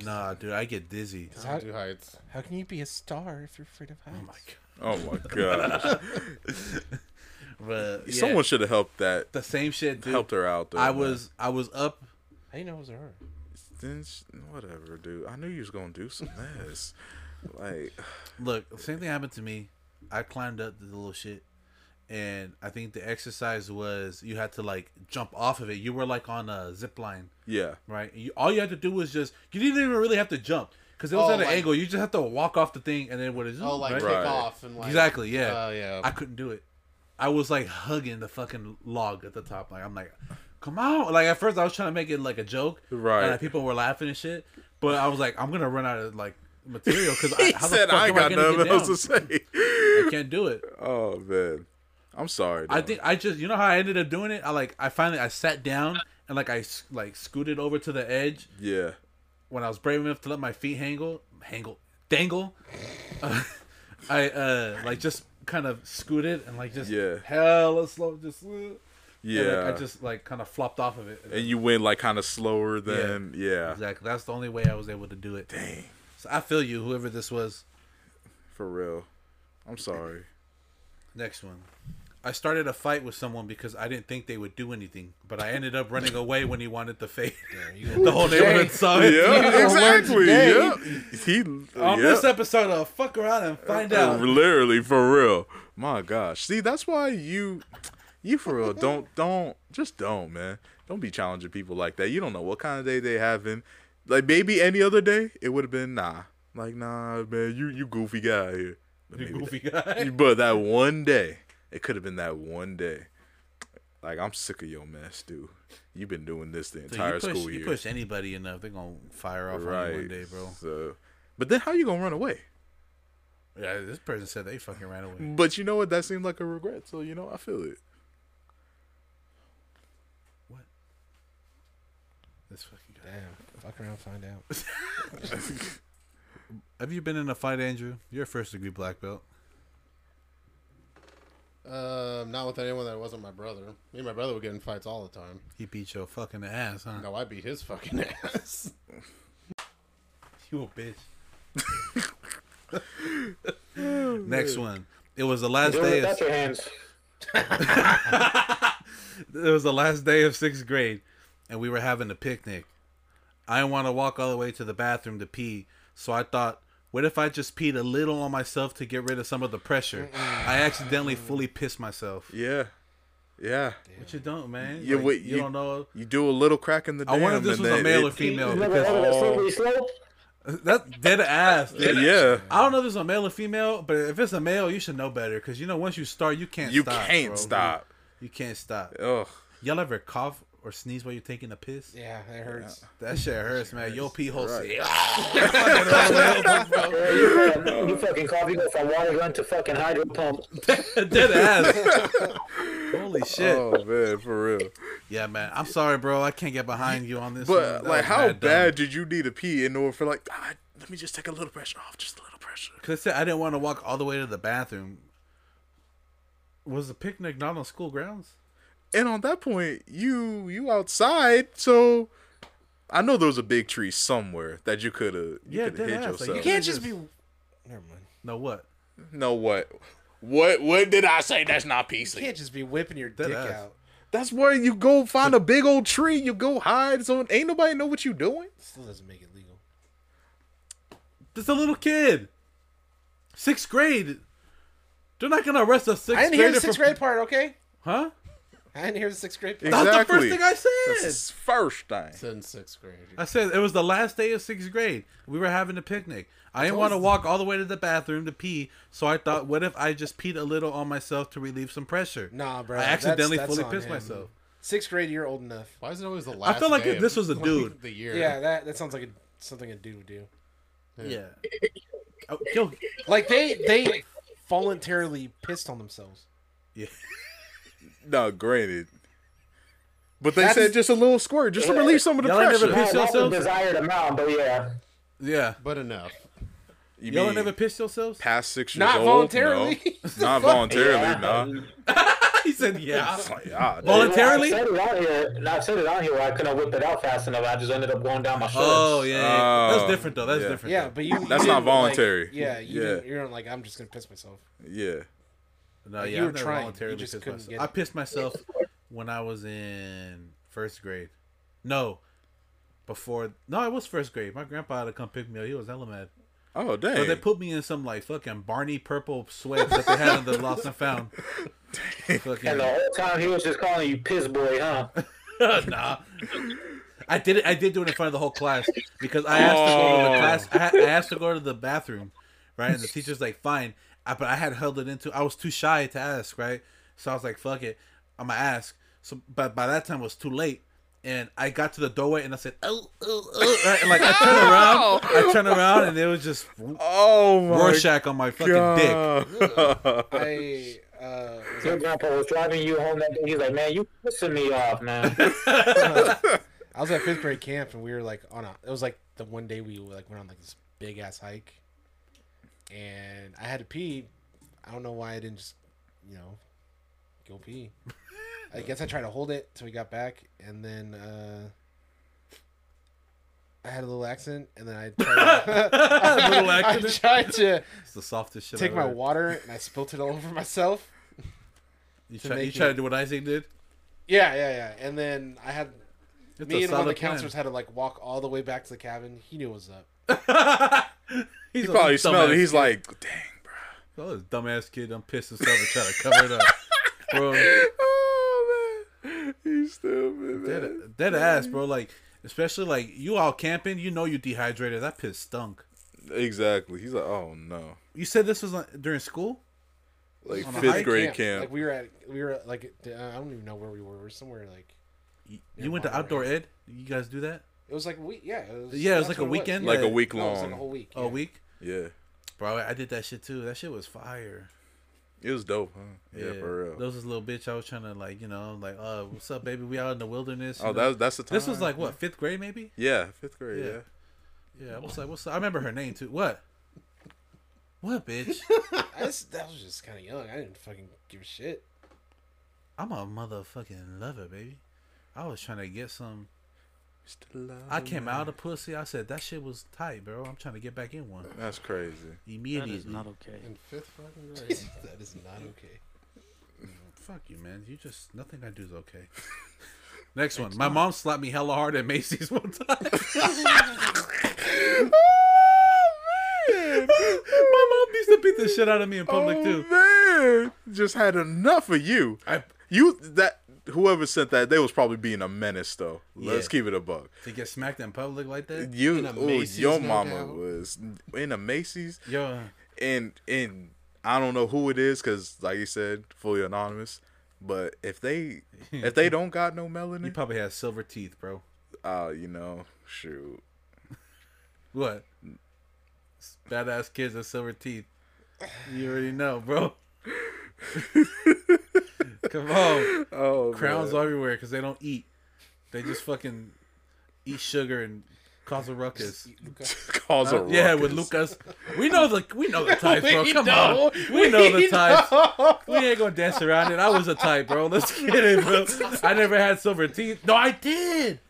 S2: Nah, dude, I get dizzy.
S5: I don't do heights.
S4: How can you be a star if you're afraid of heights?
S2: Oh my god.
S3: oh my god.
S2: But yeah,
S3: Someone should have helped that.
S2: the same shit, dude.
S3: helped her out. Though,
S2: I
S3: man.
S2: was I was up.
S4: How you know it was her?
S3: Then sh- whatever, dude. I knew you was gonna do some mess. like,
S2: Look, same thing happened to me. I climbed up the little shit, and I think the exercise was you had to like jump off of it. You were like on a zip line.
S3: yeah,
S2: right? You, all you had to do was just you didn't even really have to jump because it was
S5: Oh,
S2: at an
S5: like-
S2: angle. You just have to walk off the thing and then what is it?
S5: Oh, like
S2: right?
S5: kick
S3: Right.
S5: off and like
S2: exactly, yeah.
S5: Oh yeah.
S2: I couldn't do it. I was like hugging the fucking log at the top. Like I'm like, come on! Like at first I was trying to make it like a joke,
S3: Right.
S2: And like, people were laughing and shit, but I was like, I'm gonna run out of like material because I,
S3: he
S2: how the
S3: said
S2: fuck
S3: I
S2: am I
S3: got
S2: gonna
S3: nothing
S2: get down?
S3: else to say.
S2: I can't do it.
S3: oh man, I'm sorry.
S2: I
S3: dog.
S2: think I just you know how I ended up doing it. I like I finally I sat down and like I s- like scooted over to the edge
S3: yeah,
S2: when I was brave enough to let my feet hangle, hangle, dangle, uh, I uh like just kind of scooted and like just
S3: Yeah.
S2: hella slow, just uh, and, like,
S3: yeah.
S2: I just like kind of flopped off of it.
S3: and you went like kind of slower than yeah.
S2: exactly, that's the only way I was able to do it.
S3: Dang,
S2: So I feel you, whoever this was.
S3: for real. I'm sorry.
S2: Next one. I started a fight with someone because I didn't think they would do anything, but I ended up running away when he wanted the fade. the whole neighborhood saw it.
S3: yeah, exactly.
S4: today.
S3: Yeah, he.
S2: On
S3: yeah.
S2: this episode of Fuck Around and Find Out.
S3: Literally for real. My gosh. See, that's why you you for real don't don't just don't, man. Don't be challenging people like that. You don't know what kind of day they having. Like maybe any other day, it would have been nah. Like nah, man, you you goofy guy here. But,
S2: You
S3: maybe
S2: goofy guy.
S3: that- but that one day, it could have been that one day. Like I'm sick of your mess, dude. You've been doing this the
S2: So you
S3: entire
S2: push,
S3: school
S2: you
S3: year,
S2: push anybody enough, they're gonna fire off on
S3: right?
S2: you one day, bro.
S3: So, but then how you gonna run away?
S2: Yeah, this person said they fucking ran away.
S3: But you know what? That seemed like a regret. So you know, I feel it.
S2: This fucking guy.
S4: Damn. Fuck around, find out.
S2: Have you been in a fight, Andrew? You're a first degree black belt.
S5: Um, not with anyone that wasn't my brother. Me and my brother would get in fights all the time.
S2: He beat your fucking ass, huh?
S5: No, I beat his fucking ass.
S2: You a bitch. Next one. It was the last
S7: Do it
S2: day.
S7: without
S2: Of,
S7: your hands.
S2: it was the last day of sixth grade, and we were having a picnic. I didn't want to walk all the way to the bathroom to pee, so I thought, what if I just peed a little on myself to get rid of some of the pressure? I accidentally fully pissed myself.
S3: Yeah, yeah.
S2: What you don't, man?
S3: Yeah,
S2: Like,
S3: wait,
S2: you,
S3: you-
S2: don't know.
S3: You do a little crack in the.
S2: I wonder if
S3: dam
S2: this
S3: and
S2: was a
S3: then
S2: male
S3: it-
S2: or female.
S7: You never
S2: Because
S7: heard of that
S3: all-
S7: slippery slope?
S2: that's dead ass. dude.
S3: Yeah,
S2: I don't know if it's a male or female, but if it's a male, you should know better. Because you know, once you start, you can't.
S3: you
S2: stop,
S3: can't
S2: bro.
S3: stop.
S2: You can't stop.
S3: Ugh.
S2: Y'all ever cough or sneeze while you're taking a piss?
S4: Yeah, it hurts.
S2: That shit hurts, man. Your pee hole. say, "Ah."
S7: Yeah, you, fucking, you fucking cough. You go from water gun to fucking hydro pump.
S2: Dead ass. Holy shit.
S3: Oh man, for real.
S2: Yeah, man. I'm sorry, bro. I can't get behind you on this. one.
S3: But
S2: That
S3: like,
S2: was
S3: how
S2: mad
S3: bad
S2: dumb.
S3: did you need to pee in order for like? Ah, let me just take a little pressure off, just a little pressure.
S2: Cause I said I didn't want to walk all the way to the bathroom. Was the picnic not on school grounds?
S3: And on that point, you you outside, so I know there was a big tree somewhere that you could have you
S2: Yeah,
S3: could
S2: dead
S3: hid
S2: ass, like,
S3: yourself.
S2: you
S4: You
S2: can't
S4: can't just be. Never mind.
S2: No, what?
S3: No, what? What? What did I say? That's not
S4: You
S3: PC.
S4: can't just be whipping your
S2: Dead
S4: dick
S2: ass.
S4: out.
S3: That's where you go find a big old tree. You go hide. So ain't nobody know what you doing.
S4: Still doesn't make it legal.
S2: Just a little kid. Sixth grade. They're not gonna arrest a sixth
S4: I didn't hear the
S2: grader
S4: sixth
S2: for-
S4: grade part, okay?
S2: Huh?
S4: I didn't hear the sixth grade part.
S2: That's the
S3: Exactly.
S2: first thing I said.
S3: That's his first thing.
S5: in sixth grade.
S2: I said it was the last day of sixth grade. We were having a picnic. I didn't want to walk all the way to the bathroom to pee, so I thought, what if I just peed a little on myself to relieve some pressure?
S4: Nah, bro.
S2: I
S4: that's-
S2: accidentally
S4: that's
S2: fully
S4: on
S2: pissed
S4: him.
S2: myself.
S4: Sixth grade, you're old enough.
S5: Why is it always the last?
S2: felt like
S5: day of
S2: this was a dude.
S5: The year.
S4: Yeah, that that sounds like a, something a dude would do.
S2: Yeah. Oh, yo,
S4: Like they they voluntarily pissed on themselves.
S3: No, granted. But they
S4: That's-
S3: said just a little squirt, just to relieve some of the
S2: Y'all ain't never
S3: pressure.
S2: pissed
S7: Not, not the
S2: yourself?
S7: desired amount, but yeah.
S2: yeah.
S5: But enough.
S3: You
S2: Y'all
S3: mean
S2: never pissed yourselves?
S3: past six years
S4: Not
S3: old?
S4: voluntarily.
S3: No. Not voluntarily,
S7: Yeah.
S3: nah.
S2: he said, yeah.
S3: It's like, ah, dude.
S2: Voluntarily?
S7: I said it out here. I said it out here where I couldn't whip it out fast enough. I just ended up going down my shorts.
S2: Oh yeah, yeah.
S3: Oh,
S2: that's different though. That's
S3: yeah.
S2: different.
S4: Yeah, but you. you
S3: That's
S4: didn't,
S3: not
S4: like-
S3: voluntary.
S4: yeah, you
S3: Yeah.
S4: Didn't, you're not like I'm just gonna piss myself.
S3: yeah.
S2: though. no,
S4: like,
S2: yeah.
S4: you
S2: I've
S4: were
S2: never
S4: trying, you
S2: voluntarily
S4: just
S2: pissed
S4: couldn't
S2: myself.
S4: get
S2: I
S4: it.
S2: pissed myself when I was in first grade. No, before no, it was first grade. My grandpa had to come pick me up. He was hella mad.
S3: Oh dang.
S2: So they put me in some like fucking Barney purple sweats that they had in the Lost and Found.
S7: And
S2: Fucking,
S7: the whole time he was just calling you piss boy, huh?
S2: nah. I did it. I did do it in front of the whole class because I asked to go to the
S3: Oh.
S2: class. I, had, I asked to go to the bathroom, right? And the teacher's like, "Fine," I, but I had held it into. I was too shy to ask, right? So I was like, "Fuck it, I'm gonna ask." So, but by that time it was too late, and I got to the doorway and I said, "Oh, oh, oh," right? and like I
S4: Oh.
S2: turn around, I turn around, and it was just
S3: oh my
S2: Rorschach on my fucking dick.
S3: God.
S4: I uh, was
S7: Your
S4: at,
S7: grandpa was driving you home that day. He's like, man, you pissing me off, man.
S4: I was at fifth grade camp and we were like on a. It was like the one day we like went on like this big ass hike, and I had to pee. I don't know why I didn't just, you know, go pee. I guess I tried to hold it till we got back, and then uh, I had a little accident, and then I tried,
S2: A little
S4: I
S2: accident.
S4: tried to
S2: It's the softest shit.
S4: take
S2: I've
S4: my
S2: ever-
S4: water and I spilt it all over myself.
S2: You
S4: to
S2: try, you
S4: make
S2: try
S4: it-
S2: to do what Isaac did.
S4: Yeah, yeah, yeah. And then I had
S2: It's
S4: me
S2: a
S4: and one of the
S2: solid plan.
S4: counselors had to like walk all the way back to the cabin. He knew what was up.
S2: He's
S3: He probably smelled it.
S2: He's.
S3: He's like, dang, bro.
S2: Oh, this dumbass kid, I'm pissed and stuff and trying to cover it up. Bro,
S3: Oh man. He's stupid, man.
S2: dead, dead ass, bro. Like, especially like you out camping, you know you dehydrated. That piss stunk.
S3: Exactly. He's like, oh no.
S2: You said this was like, during school?
S3: Like
S2: On a high
S3: fifth grade camp.
S4: Like we were at, we were at, like, uh, I don't even know where we were. We were somewhere like
S2: You,
S4: Yeah,
S2: you went to
S4: Monterey.
S2: outdoor ed? You guys do that?
S4: it was like a week. Yeah, it was,
S2: Yeah, it was
S4: that's
S2: like a
S4: what
S2: weekend.
S3: Like
S2: Yeah.
S3: a week
S4: No, it was like a
S3: long.
S4: whole week.
S2: Oh,
S4: yeah.
S2: A week?
S3: Yeah.
S2: Bro, I I did that shit too. That shit was fire.
S3: It was dope, huh? Yeah, for real.
S2: There was this little bitch I was trying to like, you know, I'm like, uh, what's up, baby? We out in the wilderness. you
S3: oh,
S2: know?
S3: that was, that's the time.
S2: this was like what fifth grade maybe.
S3: Yeah, fifth grade.
S2: Yeah.
S3: Yeah.
S2: Yeah, I was like, what's up? I remember her name too. What? What, bitch?
S4: I just, that was just kind of young. I didn't fucking give a shit.
S2: I'm a motherfucking lover, baby. I was trying to get some.
S3: Still love
S2: I came out of pussy. I said that shit was tight, bro. I'm trying to get back in one
S3: That's crazy.
S6: That
S2: immediately.
S6: is not okay.
S5: In fifth fucking grade.
S4: that is not okay.
S2: Fuck you, man. You just nothing I do is okay. Next one. My mom slapped me hella hard at Macy's one time. My mom used to beat the shit out of me in public too.
S3: Oh, man, just had enough of you.
S2: I-
S3: you that whoever sent that, they was probably being a menace though. Let's
S2: Yeah.
S3: keep it a buck.
S2: To get smacked in public like that.
S3: You,
S5: In a
S3: ooh,
S5: Macy's,
S3: your
S5: no
S3: mama
S5: doubt.
S3: was in a Macy's,
S2: Yo,
S3: and and I don't know who it is because, like you said, fully anonymous. But if they if they don't got no
S2: you
S3: melanin,
S2: probably had silver teeth, bro.
S3: uh, you know, shoot,
S2: What? Badass kids with silver teeth. You already know, bro. Come on.
S3: oh,
S2: Crowns everywhere because they don't eat. They just fucking eat sugar and cause a ruckus.
S3: cause a
S2: Uh, Yeah, with
S3: ruckus.
S2: Lucas. We know the we know the type, bro.
S4: We
S2: Come
S4: know.
S2: on. We know the
S4: We
S2: type. We ain't gonna dance around it. I was a type, bro. Let's get it, bro. I never had silver teeth. No, I did.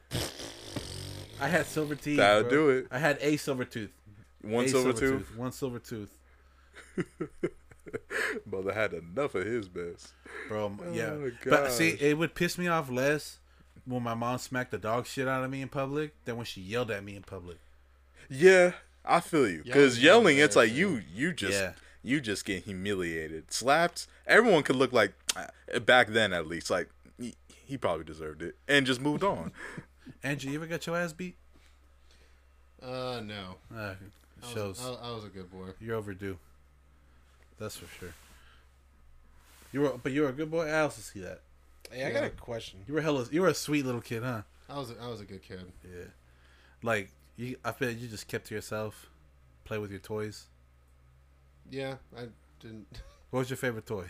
S2: I had silver teeth.
S3: That'll
S2: bro.
S3: do it.
S2: I had a silver tooth.
S3: One
S2: A
S3: silver tooth.
S2: One silver tooth.
S3: Mother had enough of his best.
S2: Bro, m- yeah.
S3: Oh,
S2: but see,
S3: gosh.
S2: it would piss me off less when my mom smacked the dog shit out of me in public than when she yelled at me in public.
S3: Yeah, I feel you. Because
S5: Yelling,
S3: yelling,
S5: yeah,
S3: it's like you you just
S2: Yeah.
S3: you just get humiliated, slapped. Everyone could look like uh, back then at least like he, he probably deserved it and just moved on.
S2: Angie, you ever got your ass beat?
S5: Uh, no.
S2: Uh,
S5: I was,
S2: shows.
S5: I, I was a good boy.
S2: You're overdue. That's for sure. You were, but you were a good boy. I also see that.
S4: Hey, I got a question.
S2: You were hella. You were a sweet little kid, huh?
S5: I was a, I was a good kid.
S2: Yeah. Like you, I feel you just kept to yourself, play with your toys.
S5: Yeah, I didn't.
S2: What was your favorite toy?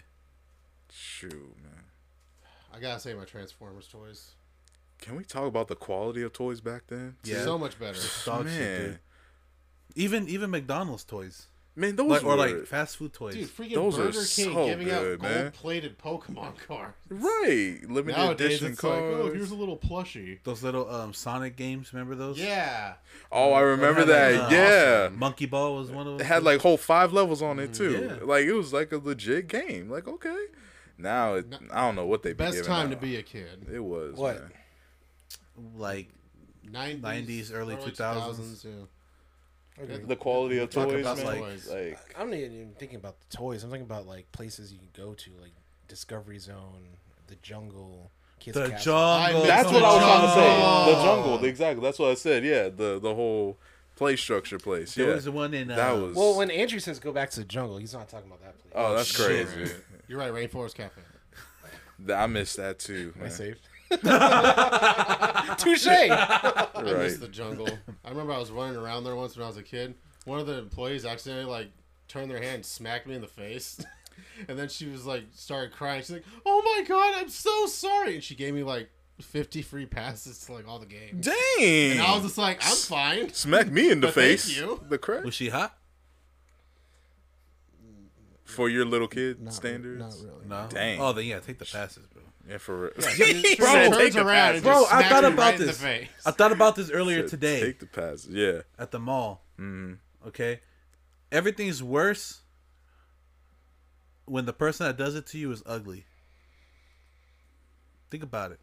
S3: Shoot, man.
S5: I gotta say my Transformers toys.
S3: Can we talk about the quality of toys back then?
S2: Yeah.
S5: So much better.
S2: Dog shit,
S3: man,
S2: dude. Even even McDonald's toys,
S3: man, those
S2: like or
S3: were
S2: like fast food toys.
S5: Dude, freaking
S3: Those are
S5: Burger King
S3: so
S5: giving
S3: good,
S5: out
S3: man.
S5: gold-plated Pokemon cards.
S3: right limited
S5: Nowadays,
S3: edition
S5: it's like, oh,
S3: cards.
S5: here's a little plushie.
S2: Those little um Sonic games, remember those?
S5: Yeah.
S3: oh, I remember
S2: Had,
S3: that.
S2: like, uh,
S3: yeah,
S2: Monkey Ball was one of
S3: it
S2: them.
S3: had like whole five levels on
S5: Mm,
S3: it too.
S2: Yeah.
S3: Like it was like a legit game. Like okay, now it, I don't know what they be
S5: Best
S3: giving
S5: time
S3: out.
S5: to be a kid.
S3: It was
S4: What?
S3: man.
S2: like
S5: 90s,
S2: 90s, early 2000s.
S5: yeah.
S3: the quality of
S2: Talk
S3: toys,
S2: about,
S3: man.
S5: like-
S3: Like,
S4: I'm not even thinking about the toys. I'm thinking about like places you can go to, like Discovery Zone, the jungle, kids.
S2: the
S4: Castle.
S2: jungle.
S5: I-
S3: that's what I was trying to say. The
S5: Oh.
S3: jungle, exactly. That's what I said. Yeah, the the whole play structure place.
S2: There
S3: Yeah,
S2: was one in uh,
S3: that was.
S4: Well, when Andrew says go back to the jungle, he's not talking about that place.
S3: oh, that's
S2: Shit.
S3: crazy.
S5: You're right, Rainforest Cafe.
S3: Th- I missed that too. Man.
S4: saved. Touche. That's
S5: I miss
S3: Right.
S5: the jungle. I remember I was running around there once when I was a kid. One of the employees accidentally like turned their hand, and smacked me in the face, and then she was like started crying. She's like, "Oh my god, I'm so sorry!" And she gave me like 50 free passes to like all the games.
S3: Dang!
S5: And I was just like, "I'm fine."
S3: Smack me in the
S5: But thank
S3: face.
S5: you.
S3: The crap
S2: Was she hot?
S3: for your little kid standards.
S4: Not really.
S2: No.
S3: Dang.
S2: Oh, then yeah, take the passes, bro.
S3: Yeah, for real.
S5: She
S3: Bro,
S5: turns
S3: take the
S5: around
S3: passes.
S5: and
S2: Bro,
S5: just
S2: I
S5: smacks
S2: thought
S5: me
S2: about
S5: right in the
S2: this.
S5: face.
S2: I thought about this earlier
S3: Shit,
S2: today.
S3: Take the passes. Yeah.
S2: at the mall.
S3: Mm-hmm.
S2: Okay, everything's worse when the person that does it to you is ugly. Think about it.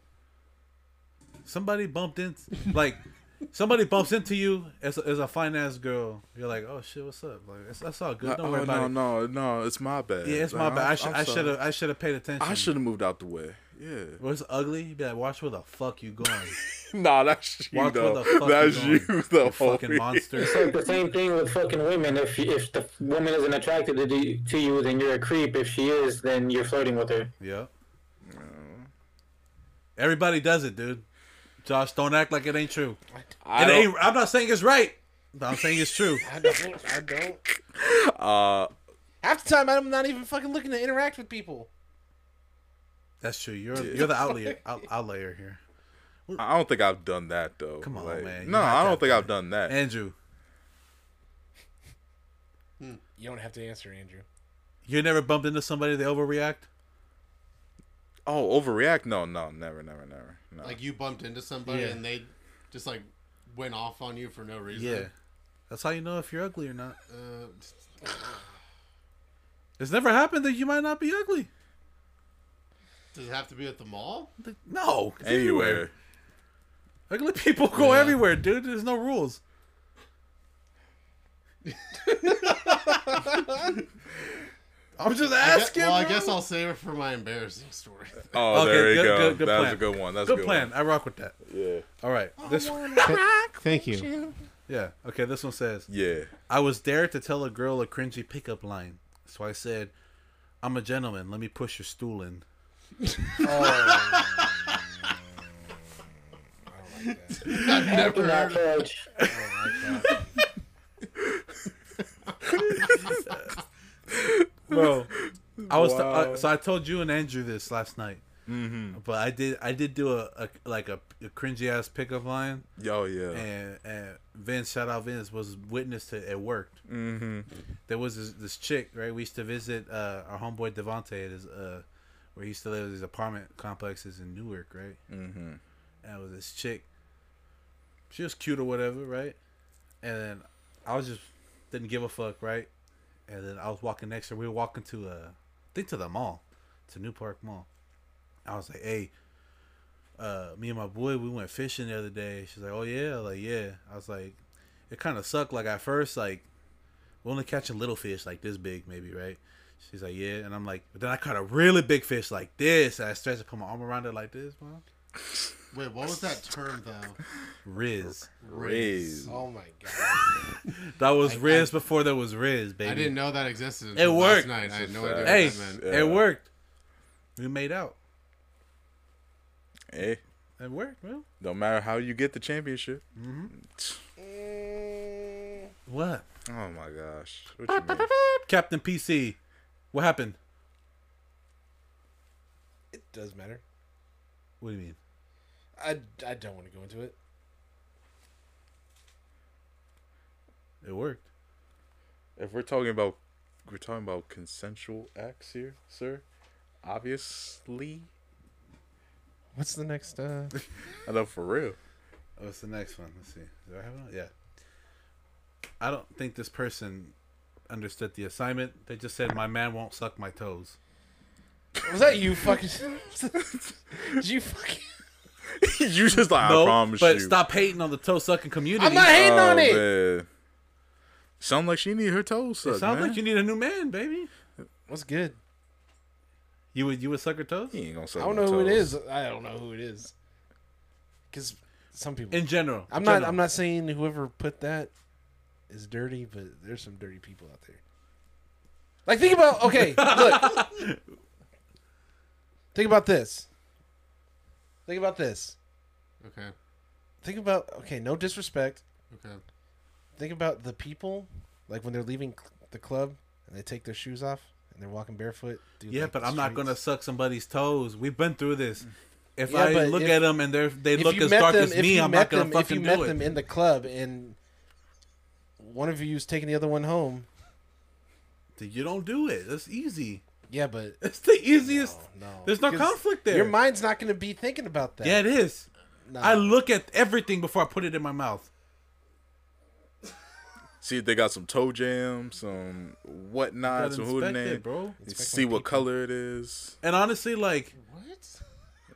S2: Somebody bumped in, like somebody bumps into you as a, as a fine ass girl. You're like, oh shit, what's up? Like that's, that's all good. Don't
S3: oh
S2: worry about
S3: no,
S2: it.
S3: no, no! It's my bad.
S2: Yeah, it's my
S3: Like,
S2: bad.
S3: I'm-
S2: I should
S3: I'm
S2: I
S3: sorry.
S2: should have I should have paid attention.
S3: I should have moved out the way. Yeah.
S2: When it's ugly, you'd be like, watch where the fuck you going.
S3: Nah, that's you
S2: Watch where
S3: though.
S2: the fuck
S3: that's
S2: you
S3: you,
S2: going.
S3: though.
S2: you fucking
S3: homie.
S2: monster.
S7: It's like the same thing with fucking women. If if the woman isn't attracted to, the- to you, then you're a creep. If she is, then you're flirting with her.
S2: Yeah. Everybody does it, dude. Josh, don't act like it ain't true.
S3: I
S2: It
S3: don't-
S2: ain't, I'm not saying it's right, but I'm saying it's true.
S4: I don't. I don't.
S3: Uh,
S4: Half the time, I'm not even fucking looking to interact with people.
S2: That's true. You're you're the outlier out, outlier here.
S3: I don't think I've done that though.
S2: Come on,
S3: Like,
S2: man. You
S3: No,
S2: have
S3: I
S2: to
S3: don't
S2: have
S3: think I've done that.
S2: Andrew,
S4: You don't have to answer, Andrew.
S2: you never bumped into somebody they overreact.
S3: oh, overreact? No, no, never, never, never. No.
S5: Like you bumped into somebody
S2: Yeah.
S5: and they just like went off on you for no reason.
S2: Yeah, that's how you know if you're ugly or not.
S5: Uh,
S2: It's never happened that you might not be ugly.
S5: does it have to be at the mall?
S2: Like, No, it's
S3: anywhere.
S2: Ugly people go
S5: Yeah.
S2: everywhere, dude. There's no rules. I'm just
S5: I gue-
S2: asking.
S5: well, I
S2: bro.
S5: guess I'll save it for my embarrassing story.
S3: Oh, there
S2: Okay,
S3: you
S2: good-
S3: go.
S2: good- good
S3: that was a
S2: plan.
S3: good one. That's a
S2: good
S3: good
S2: plan. I rock with that.
S3: One. Yeah.
S2: All right. This
S5: Thank you.
S2: yeah. Okay, this one says
S3: Yeah.
S2: I was dared to tell a girl a cringy pickup line, so I said, "I'm a gentleman. Let me push your stool in."
S7: Do not touch.
S2: Bro, I was
S3: Wow.
S2: uh, so I told you and Andrew this last night, mm-hmm. but I did I did do a, a like a, a cringy ass pickup line,
S3: Yo, yeah.
S2: and, and Vince, shout out Vince, was witness to it worked. Mm-hmm. There was this, this chick, right? We used to visit uh, our homeboy Devonte at his uh, where he used to live at his apartment complexes in Newark, right? Mm-hmm. And it was this chick. She was cute or whatever, right? And then I was just didn't give a fuck, right? And then I was walking next to her. We were walking to uh, I think to the mall, to New Park Mall. I was like, hey uh, me and my boy, we went fishing the other day. She's like, oh yeah, like yeah. I was like, it kind of sucked. Like at first, like we're only catching little fish, like this big maybe, right? She's like, yeah, and I'm like, but then I caught a really big fish like this. And I started to put my arm around it like this, man.
S5: Wait, what was that term though?
S2: Riz.
S3: Raise.
S4: Oh my god.
S2: That was Riz before there was Riz, baby.
S5: I didn't know that existed.
S2: It
S5: Until
S2: worked.
S5: Last night. I had no
S3: It's a
S5: idea
S2: Hey,
S5: what that meant.
S3: Yeah.
S2: it worked. We made out.
S3: Hey,
S2: It worked, bro.
S3: no matter how you get the championship.
S2: What?
S3: Oh my gosh. What you mean?
S2: Captain PC, what happened?
S4: it does matter.
S2: What do you mean?
S4: I, I don't want to go into it.
S2: It worked.
S3: If we're talking about we're talking about consensual acts here, sir. Obviously.
S4: What's the next? Uh...
S3: I know for real.
S2: What's Oh, the next one? Let's see. Do I have one? Yeah. I don't think this person understood the assignment. They just said, "My man won't suck my toes."
S4: Was that you fucking? Did you fucking?
S3: you just like I promise
S2: but
S3: you.
S2: stop hating on the toe sucking community.
S4: I'm not hating
S3: Oh,
S4: on it.
S3: man. Sound like she need her toes sucked.
S2: It sounds
S3: man.
S2: like you need a new man, baby.
S4: What's good?
S2: You would you would suck her toes?
S3: He ain't gonna suck
S4: I don't
S3: no
S4: know who it
S3: toes.
S4: is. I don't know who it is. Because some people.
S2: In general,
S4: I'm not.
S2: general.
S4: I'm not saying whoever put that is dirty, but there's some dirty people out there. Like think about okay, look. think about this. Think about this.
S5: Okay.
S4: Think about okay. No disrespect.
S5: Okay.
S4: Think about the people, like when they're leaving cl- the club and they take their shoes off and they're walking barefoot. through,
S2: Yeah,
S4: like,
S2: but
S4: the
S2: I'm not gonna
S4: streets.
S2: suck somebody's toes. We've been through this. If
S4: Yeah,
S2: I
S4: but
S2: look
S4: if-
S2: at them and they're they
S4: If
S2: look
S4: you
S2: as
S4: met
S2: dark
S4: them-
S2: as
S4: if
S2: me,
S4: you
S2: I'm
S4: met
S2: not gonna
S4: them-
S2: fucking
S4: If you
S2: do
S4: met
S2: it.
S4: them in the club and one of you is taking the other one home,
S2: you don't do it. That's easy.
S4: yeah, but
S2: It's the easiest.
S4: No, no.
S2: There's no
S4: Because
S2: conflict there.
S4: Your mind's not going to be thinking about that.
S2: yeah, it is.
S4: No.
S2: I look at everything before I put it in my mouth.
S3: See if they got some toe jam, some whatnot,
S2: Gotta
S3: some
S2: inspect
S3: hootenanny.
S2: it, bro.
S3: See what color it is.
S2: And honestly, like
S5: What?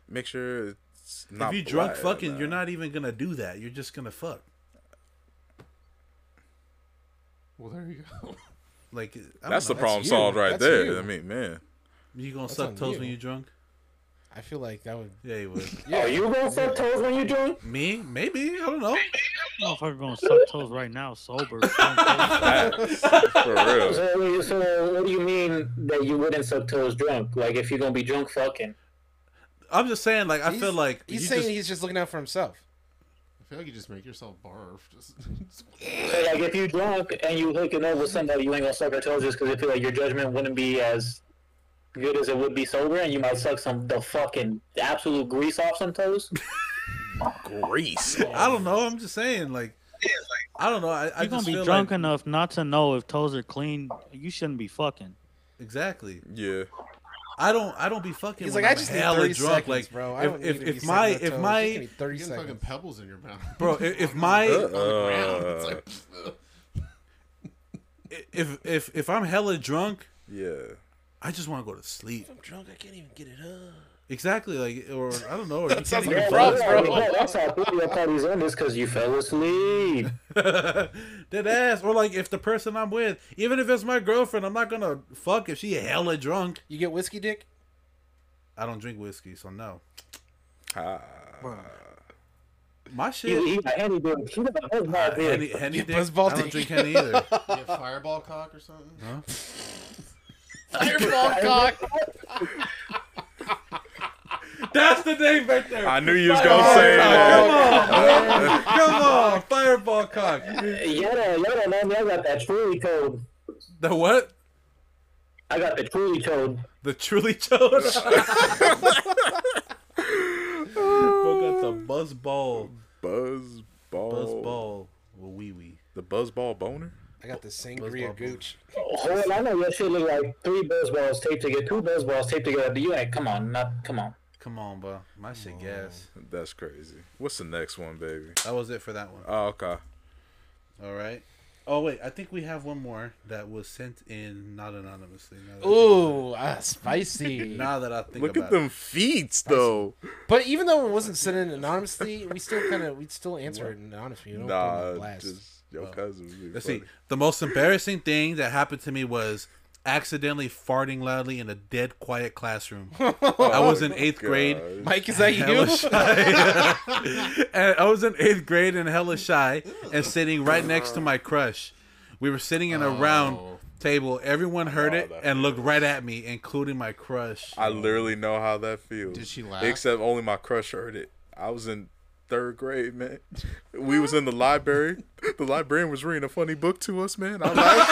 S3: Make sure it's not.
S2: if you drunk
S3: black,
S2: fucking,
S3: uh,
S2: you're not even gonna do that. You're just gonna fuck.
S5: Well, there you go.
S2: Like I don't
S3: That's the
S2: know.
S3: problem
S4: you.
S3: solved right
S4: That's
S3: there.
S4: you.
S3: I mean, man.
S2: You gonna
S4: on
S2: suck toes
S4: you.
S2: when you drunk?
S4: I feel like that would.
S2: Yeah, you would.
S7: Oh, you gonna suck toes when you drunk?
S2: Me? Maybe. I don't know.
S6: Motherfucker gonna suck toes right now, sober.
S3: Facts. For real.
S7: So, so what do you mean that you wouldn't suck toes drunk? Like if you're gonna be drunk fucking?
S2: I'm just saying. Like I feel like
S4: he's
S2: you
S4: saying
S2: just-
S4: he's just looking out for himself.
S5: feel like you just make yourself barf. Just,
S7: So, like, if you drunk and you hooking up with somebody, you ain't gonna suck her toes just because you feel like your judgment wouldn't be as good as it would be sober, and you might suck some the fucking absolute grease off some toes.
S3: Grease.
S2: I don't know. I'm just saying, like, I don't know. I, I
S6: You're gonna
S2: just
S6: be
S2: feel
S6: drunk
S2: like,
S6: enough not to know if toes are clean. You shouldn't be fucking.
S2: exactly.
S3: Yeah.
S2: I don't. I don't be fucking.
S4: He's
S2: when
S4: like, I
S2: I'm
S4: just need
S2: hella
S4: 30
S2: drunk.
S4: seconds,
S2: like,
S4: bro. I
S2: if
S4: don't
S2: if,
S4: need to be
S2: if my
S4: sucking
S2: if
S4: on
S2: my
S4: toes. Just give me 30
S5: you're getting fucking
S4: seconds.
S5: pebbles in your mouth.
S2: bro if, if my
S5: Ground, it's
S3: Uh,
S5: like,
S2: if if if I'm hella drunk,
S3: yeah.
S2: I just want to go to sleep.
S4: I'm drunk. I can't even get it up.
S2: Exactly. Like, or I don't know. Or you can't
S4: sounds
S2: even
S4: like a
S2: buzz.
S4: problem.
S7: that's,
S4: bro.
S7: how- that's how video parties end is because you fell asleep.
S2: Dead ass. Or like if the person I'm with, even if it's my girlfriend, I'm not gonna fuck if she hella drunk.
S4: You get whiskey dick?
S2: I don't drink whiskey, so no.
S3: Ah.
S2: My
S7: You
S2: shit.
S7: eat a henny dick. She doesn't know how
S2: Uh,
S7: it is.
S2: Henny, Henny dick. I
S4: Buzzball
S2: don't
S4: dick.
S2: drink Henny either.
S5: you get fireball cock or something?
S2: Huh?
S5: fireball cock.
S2: That's the name right there.
S3: I knew you was gonna say
S2: Come
S3: that.
S2: on, man. come on, fireball cock.
S7: Yada yada man, I got that truly toad.
S2: The what?
S7: I got the truly toad.
S2: The truly chose. Fuck got the buzz ball.
S3: Buzz ball.
S2: Buzz ball. Well, wee wee.
S3: The buzz ball boner.
S4: I got the
S2: Buzzball
S4: sangria gooch.
S7: Hold on, I know your shit look like three buzz balls taped together, two buzz balls taped together. You like, come on, not come on.
S2: Come on, bro. My
S3: Oh.
S2: shit gas.
S3: That's crazy. What's the next one, baby?
S2: That was it for that one.
S3: Oh, okay.
S2: All right. Oh wait, I think we have one more that was sent in not anonymously. Now that,
S4: Ooh, ah, spicy.
S2: now that I think
S3: Look
S2: about
S3: at them feet, though.
S4: but even though it wasn't sent in anonymously, we still kind of we'd still answer it anonymously. We don't put 'em on
S3: Nah,
S4: blast.
S3: just your cousins. be
S2: it. Oh. Let's
S3: funny.
S2: see. The most embarrassing thing that happened to me was accidentally farting loudly in a dead quiet classroom. I was in eighth grade.
S3: Oh, God.
S4: Mike, is that
S2: Hella
S4: you?
S2: shy. and I was in eighth grade and hella shy and sitting right next to my crush. We were sitting in a round
S5: Oh.
S2: table. Everyone heard
S3: Oh,
S2: it
S3: that
S2: and looked right at me, including my crush.
S3: I literally know how that feels.
S5: Did she laugh?
S3: Except only my crush heard it. I was in third grade, man. We was in the library. The librarian was reading a funny book to us, man. I laughed.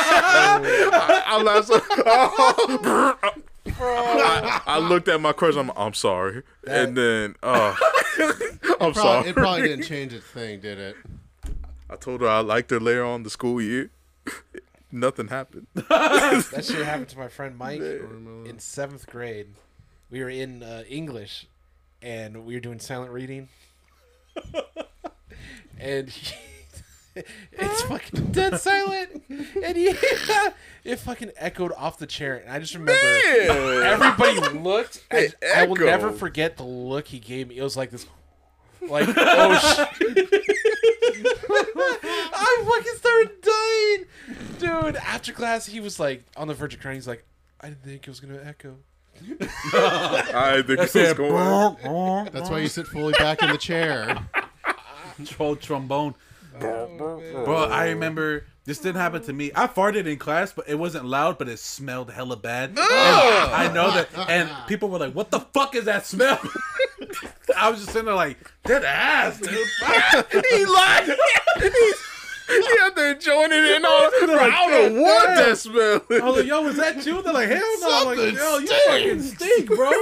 S5: Oh.
S3: I, I laughed. So, I, I looked at my crush. I'm, I'm sorry. and then, uh, I'm
S5: Probably,
S3: sorry.
S5: it probably didn't change its thing, did it?
S3: I told her I liked her later on the school year. Nothing happened.
S4: that shit happened to my friend Mike
S5: remember
S4: in seventh grade. We were in uh, English, and we were doing silent reading. and he, it's fucking dead silent, and he, it fucking echoed off the chair. And I just remember everybody looked. I,
S3: It
S4: I will never
S3: echoed.
S4: forget the look he gave me. It was like this, like oh shit. I fucking started dying, dude. After class, he was like on the verge of crying. He's like, I didn't think it was gonna echo.
S3: I think
S2: I
S3: it was
S2: said,
S3: going.
S2: "Bonk, bonk,
S5: That's why you sit fully back in the chair.
S2: troll trombone.
S4: Oh,
S2: Bro, I remember this didn't happen to me. I farted in class, but it wasn't loud, but it smelled hella bad. And I know that, and people were like, "What the fuck is that smell?" I was just sitting there like, "That ass, dude."
S3: he lied. he out there enjoying it and all. I don't know what that smell
S2: I was
S3: is.
S2: like, "Yo, was that you?" They're like, "Hell no!" I'm like,
S5: Something
S2: "Yo, you fucking stink, bro."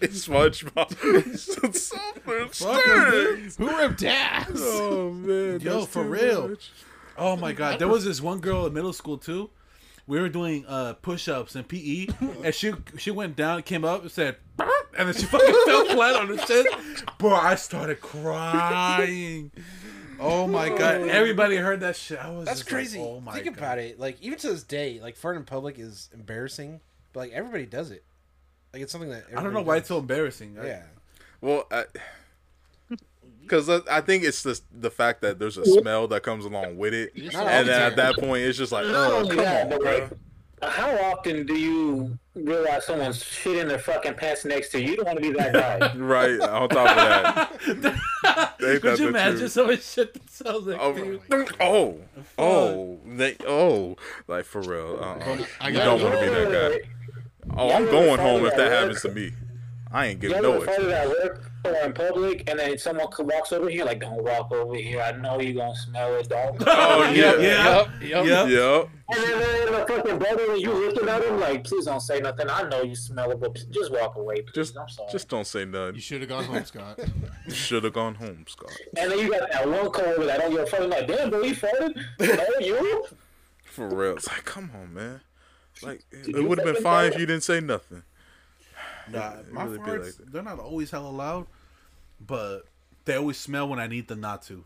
S3: It's SpongeBob. Something
S2: Fucking-
S3: stinks.
S5: Who ripped ass?
S3: Oh man,
S2: Yo,
S3: that's
S2: for
S3: too
S2: real.
S3: much.
S2: Oh my god, there was this one girl in middle school too. We were doing uh, push-ups and PE, and she she went down, came up, and said, "Burp," and then she fucking fell flat on her chest. Bro, I started crying. Oh my god, everybody heard that shit. I was
S4: That's
S2: just like,
S4: crazy.
S2: oh my
S4: Think
S2: god.
S4: about it. Like even to this day, like farting in public is embarrassing, but like everybody does it. Like it's something that
S2: I don't
S4: everybody
S2: know why
S4: does.
S2: it's so embarrassing. I-
S4: Yeah.
S3: Well, I, because I, I think it's the the fact that there's a smell that comes along with it,
S5: not
S3: and then at
S5: often.
S3: that point, it's just like,
S7: Not
S3: oh,
S7: only
S3: come
S7: that,
S3: on,
S7: but
S3: bro.
S7: like, how often do you realize someone's shit in their fucking pants next to you? You don't want to be that guy.
S3: Right on top of that.
S2: Could
S3: Ain't that the
S2: you imagine
S3: truth?
S2: someone shit themselves? Like,
S3: Oh, oh, oh, they, oh, like for real. Uh-uh.
S5: I
S3: You
S5: got
S3: don't
S5: it.
S3: want to be that guy. Oh,
S7: Yeah,
S3: I'm
S7: I
S3: going
S7: never
S3: home if
S7: thought
S3: that
S7: about
S3: happens
S7: it.
S3: to me. I ain't
S7: You
S3: giving
S7: ever
S3: no
S7: farted
S3: extra.
S7: at work? or in public, and then someone co- walks over here, like, don't walk over here. I know you're gonna smell it. Don't.
S3: Oh yeah. yeah.
S2: Yeah.
S4: Yup, yup.
S2: Yeah.
S3: Yep.
S7: And then they're the fucking brother, and you looking at him like, please don't say nothing. I know you smell it, but just walk away, please.
S3: Just
S7: I'm sorry.
S3: just don't say
S5: You
S3: nothing.
S5: should have gone home, Scott.
S3: You should have gone home, Scott.
S7: And then you got that one coworker that don't give a fuck. I'm like, damn, bro, you farted? No, you?
S3: For real. It's like, come on, man. Like it,
S7: Did you
S3: would have been
S7: fucking
S3: fine
S7: say
S3: if you didn't say nothing.
S2: Nah,
S3: it
S2: my
S3: really be
S2: farts,
S3: like that.
S2: they're not always hella loud, but they always smell when I need them not to.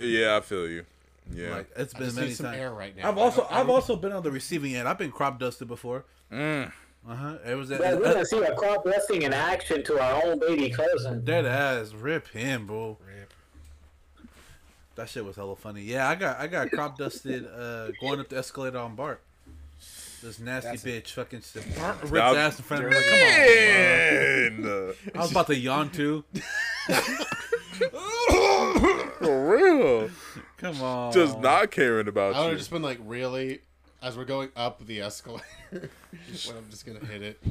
S3: Yeah, I feel you. Yeah.
S2: Like it's
S5: I
S2: been
S5: just
S2: many
S5: need some air
S2: times.
S5: right now.
S2: I've also I've also been on the receiving end. I've been crop dusted before.
S3: Mm.
S2: Uh huh. It was that
S7: Like, we're
S2: uh,
S7: gonna see a crop dusting in action to our own baby cousin.
S2: dead ass. Rip him, bro.
S4: Rip.
S2: That shit was hella funny. Yeah, I got I got crop dusted uh, going up the escalator on Bart. This nasty
S4: That's
S2: bitch fucking just ripped his
S3: Now-
S2: ass in front of me. Like, Come on.
S3: And, uh,
S2: I was about to yawn too.
S3: for real.
S2: Come on.
S3: Just not caring
S5: Oh. I
S3: about
S5: would
S3: you.
S5: have just been like, really, as we're going up the escalator, when I'm just gonna hit it.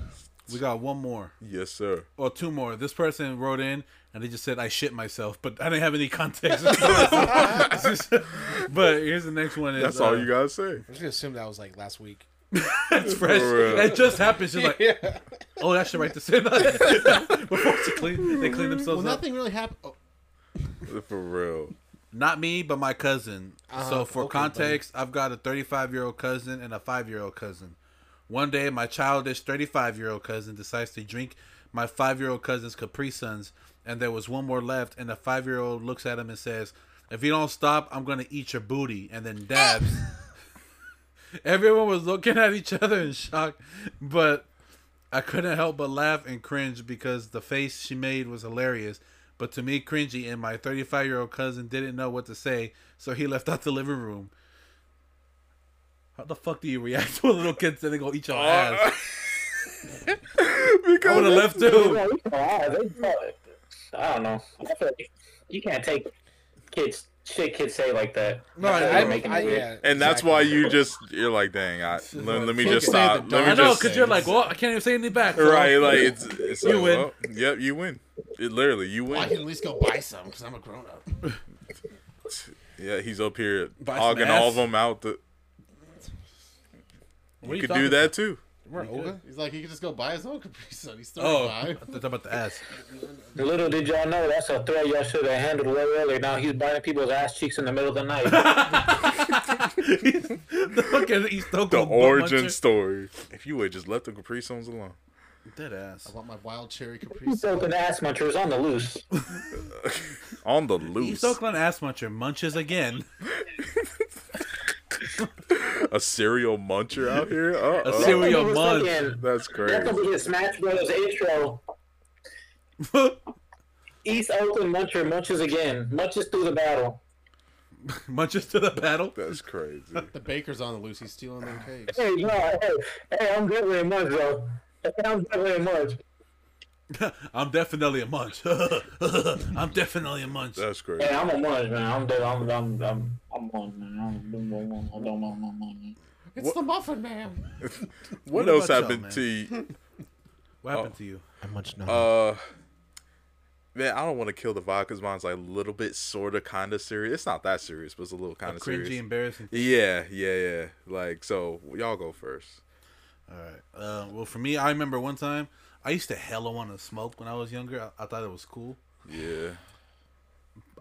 S2: We got one more
S3: Yes, sir.
S2: or two more. This person wrote in and they just said I shit myself, but I didn't have any context. but here's the next one. Is,
S3: That's
S2: uh,
S3: all you gotta say.
S4: I'm just gonna assume that was like last week.
S2: It's fresh.
S3: For real.
S2: That just happened. She's like, oh, that should write this in. Before she clean, they clean themselves
S5: Well,
S2: up.
S5: nothing really happened. Oh,
S3: For real.
S2: Not me, but my cousin.
S5: Uh-huh.
S2: so for
S4: okay,
S2: context, I've got a 35 year old cousin and a five year old cousin. One day, my childish 35 year old cousin decides to drink my five year old cousin's Capri Suns, and there was one more left. And the five year old looks at him and says, "If you don't stop, I'm gonna eat your booty." And then dabs. Everyone was looking at each other in shock, but I couldn't help but laugh and cringe because the face she made was hilarious, but to me cringy, and my 35 year old cousin didn't know what to say, so he left out the living room. How the fuck do you react to a little kid saying they go eat
S3: Uh,
S2: your ass? I would have left
S3: because
S2: too.
S7: Yeah, you know, I, they- I don't know. I feel like you can't take kids shit kids say like that.
S2: No, I-
S7: They're
S4: I,
S7: making
S4: I-
S7: it weird.
S4: yeah,
S3: and that's
S4: exactly.
S3: why you just you're like, dang, I, let, let me
S5: Fuck
S3: just
S5: it. Say the
S3: stop. Let me
S2: I
S5: dog.
S2: know,
S3: just
S2: because you're like, well, I can't even say anything back. so-
S3: right, like it's, it's
S2: You
S3: like,
S2: win.
S3: well, yep, you win. It, literally, you
S5: I can at
S3: win.
S5: least go buy some because I'm a grown up.
S3: Yeah, he's up here
S2: Buy some
S3: hogging all of
S2: ass.
S3: them out. The,
S2: What are
S3: you could
S2: talking
S3: do that too.
S4: Remember
S2: You
S4: Olga?
S5: He's like, he could just go buy his own Capri Sun. He's
S2: about? Oh,
S5: 35.
S2: I thought about the ass.
S7: Little did y'all know that's a threat y'all should have handled way earlier. Now he's biting people's ass cheeks in the middle of the night.
S2: the fucking East Oakland
S3: The
S2: butt
S3: origin
S2: muncher.
S3: story. If you would just left the Capri Suns alone,
S2: Dead ass.
S5: I want my wild cherry Capri Sun.
S7: Soaking ass munchers on the loose.
S3: on the
S2: East
S3: loose,
S2: Oakland ass muncher munches again.
S3: a cereal muncher out here. Uh-oh.
S2: A cereal- Yo,
S7: It was
S2: munch.
S7: fucking-
S3: That's
S7: That's
S3: crazy.
S7: gonna be his Smash Brothers intro. East Oakland Muncher munches again, munches through the battle.
S2: munches to the battle.
S3: That's crazy.
S5: The baker's on the loose. He's stealing them cakes.
S7: Hey, no, hey, hey, I'm definitely a munch though. Hey, I'm definitely a munch.
S2: I'm definitely a munch. I'm definitely a munch.
S3: That's crazy.
S7: Hey, I'm a munch, man. I'm dead. I'm, I'm, I'm, I'm munch, man. I'm, I'm, I'm, I'm, I'm, I'm, I'm, I'm, I'm.
S5: It's the muffin man.
S3: What,
S2: What
S3: else
S2: about y'all,
S3: happened
S2: man?
S3: to you?
S2: What happened to you?
S5: How much
S3: Uh, man, I don't want to kill the vibe because mine's like a little bit, sort of, kind of serious. It's not that serious, but it's a little kind of
S2: Cringy,
S3: serious.
S2: embarrassing.
S3: Yeah, yeah, yeah. Like, so y'all go first.
S2: All right. Uh, well, for me, I remember one time I used to hella want to smoke when I was younger. I, I thought it was cool.
S3: Yeah.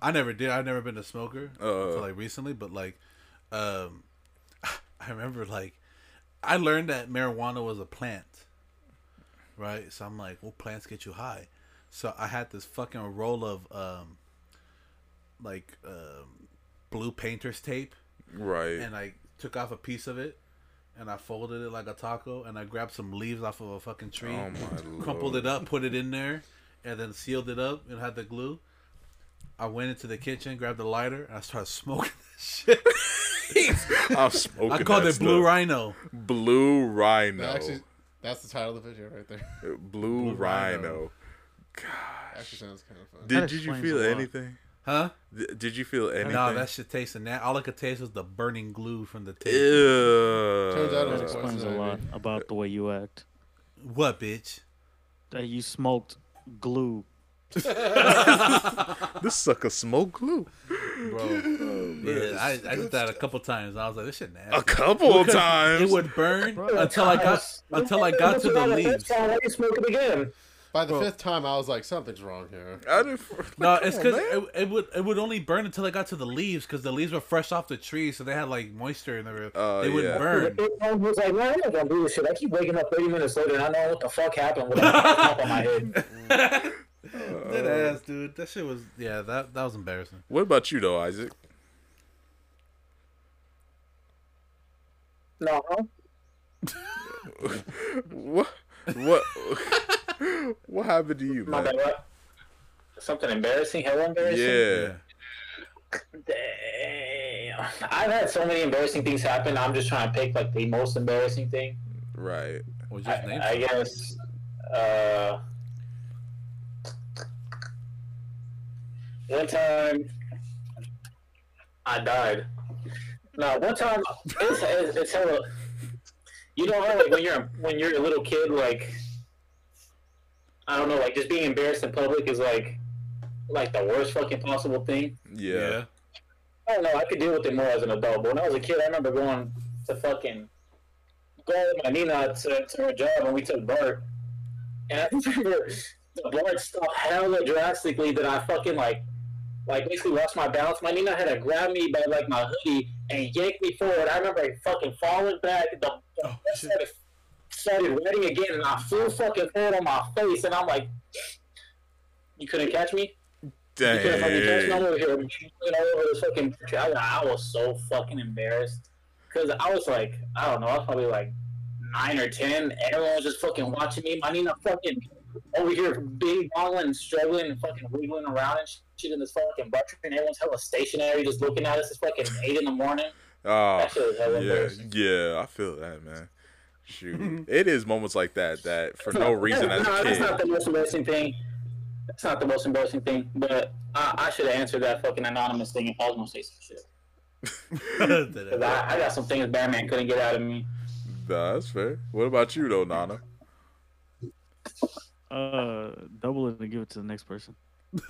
S2: I never did. I've never been a smoker
S3: Uh.
S2: until like recently, but like, um, I remember like I learned that marijuana was a plant, right? So I'm like, well, plants get you high. So I had this fucking roll of um, like um, blue painter's tape,
S3: Right.
S2: and I took off a piece of it. And I folded it like a taco, and I grabbed some leaves off of a fucking tree,
S3: oh my
S2: crumpled
S3: lord.
S2: it up, put it in there, and then sealed it up and had the glue. I went into the kitchen, grabbed the lighter, and I started smoking this shit.
S3: I'm smoking.
S2: I called
S3: that
S2: it Blue
S3: stuff.
S2: Rhino.
S3: Blue Rhino.
S2: Oh.
S5: Actually, that's the title of the video right there.
S3: Blue, Rhino.
S2: Rhino.
S5: Actually, sounds kind of fun.
S3: Did,
S6: That
S3: did you
S6: explains
S3: feel
S6: a lot.
S3: anything?
S2: Huh?
S3: Th- Did you feel anything?
S2: No, that shit tasted that. All I could taste was the burning glue from the tape.
S3: Ew.
S5: Turns out it
S2: Uh,
S5: was
S6: That explains a
S5: poison
S6: lot
S5: ivy.
S6: about the way you act.
S2: What, bitch?
S6: That you smoked glue
S3: This sucker smoke glue.
S2: bro. yeah, I, I did that a couple times. I was like, this shit nasty.
S3: A couple of
S2: It
S3: times.
S2: would burn until I got until I got to the leaves.
S7: Why you smoking again?
S5: By the fifth time, I was like, something's wrong here.
S3: I didn't.
S2: No, it's
S3: on,
S2: because
S3: man.
S2: it, it would it would only burn until I got to the leaves because the leaves were fresh off the tree, so they had like moisture in the room.
S3: Oh,
S2: they would
S3: yeah.
S2: burn.
S7: And he's like, man, I'm not gonna do this shit. I keep waking up 30 minutes later and I know what the fuck happened with a top on my head.
S2: Dead ass, dude. That shit was yeah. That that was embarrassing.
S3: What about you though, Isaac?
S7: No, huh?
S3: What? What? what happened to you,
S7: my
S3: man?
S7: bad. What? Something embarrassing? Hell embarrassing?
S3: Yeah.
S7: Damn. I've had so many embarrassing things happen. I'm just trying to pick like the most embarrassing thing.
S3: Right.
S2: Or just name.
S7: I guess. Uh, one time, I died. No, one time it's it's, it's hella, You know how like when you're when you're a little kid, like I don't know, like just being embarrassed in public is like like the worst fucking possible thing.
S3: Yeah.
S7: I don't know. I could deal with it more as an adult, but when I was a kid, I remember going to fucking going with my Nina to, to her job, and we took BART. And I remember the BART stopped hella drastically that I fucking like, like basically lost my balance. My Nina had to grab me by like my hoodie and yank me forward. I remember fucking falling back. The, the
S2: Oh, shit.
S7: started, started running again, and I flew fucking forward on my face, and I'm like, "You couldn't catch me."
S3: Dang.
S7: Because fucking catch me, I'm over here you know, over this fucking picture. I, I was so fucking embarrassed because I was like, I don't know, I was probably like nine or ten. and Everyone was just fucking watching me. I mean, I'm fucking over here big boggling and struggling and fucking wiggling around and shit in this fucking butt and everyone's hella stationary, just looking at us. It's fucking eight in the morning.
S3: Oh,
S7: That shit was
S3: yeah,
S7: hella embarrassing.
S3: yeah, I feel that, man. Shoot, it is moments like that that for no reason as
S7: no,
S3: a
S7: that's not
S3: kid.
S7: the most embarrassing thing. That's not the most embarrassing thing. But I, I should have answered that fucking anonymous thing if I was gonna say some shit. Cause
S2: Yeah.
S7: I, I got some things Batman couldn't get out of me.
S3: Nah, that's fair. What about you though, Nana?
S6: Uh, double it and give it to the next person.
S3: He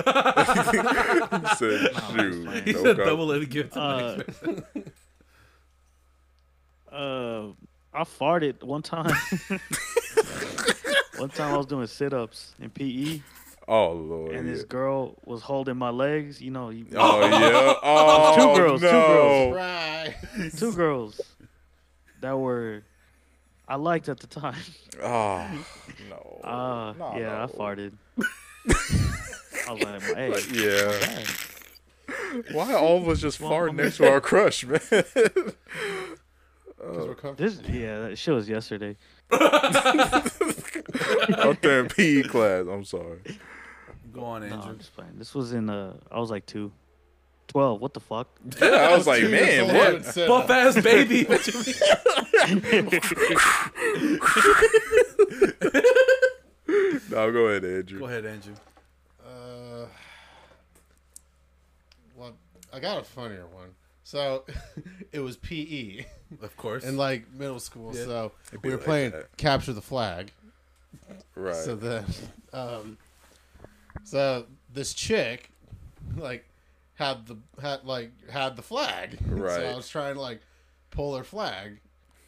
S3: said, shoot,
S2: he
S3: no
S2: said
S3: com-
S2: double it and give it to the next person.
S6: Uh, I farted one time. one time I was doing sit ups in PE,
S3: Oh lord.
S6: and
S3: yeah.
S6: this girl was holding my legs. You know, you,
S3: Oh yeah. Oh,
S6: Two girls, two
S3: No.
S6: girls.
S5: Right.
S6: two girls that were I liked at the time.
S3: Oh no.
S6: Uh,
S3: Nah,
S6: yeah, I
S3: no.
S6: farted. I was like, hey,
S3: Like, yeah.
S6: hey,
S3: Why all of us just
S6: Well,
S3: fart
S6: I'm-
S3: next to our crush, man?
S5: Because we're comfortable.
S6: this yeah, that shit was yesterday.
S3: Out there in PE class. I'm sorry.
S2: Go on,
S6: No,
S2: Andrew.
S6: I'm just playing. This was in uh, I was like two. 12, what the fuck?
S3: Yeah, I was like,
S5: Two years
S3: man,
S5: old, I
S3: what?
S5: would sit
S2: Buff
S5: up.
S2: ass baby. What you mean?
S3: No, go ahead, Andrew.
S2: Go ahead, Andrew.
S5: Uh, well, I got a funnier one. So it was PE
S2: Of course.
S5: in like middle school.
S2: Yeah.
S5: So
S3: be
S5: we were
S3: like
S5: playing
S3: that.
S5: capture the flag.
S3: Right.
S5: So then, um, so this chick, like, had the had like had the flag. So
S3: Right.
S5: I was trying to like pull her flag.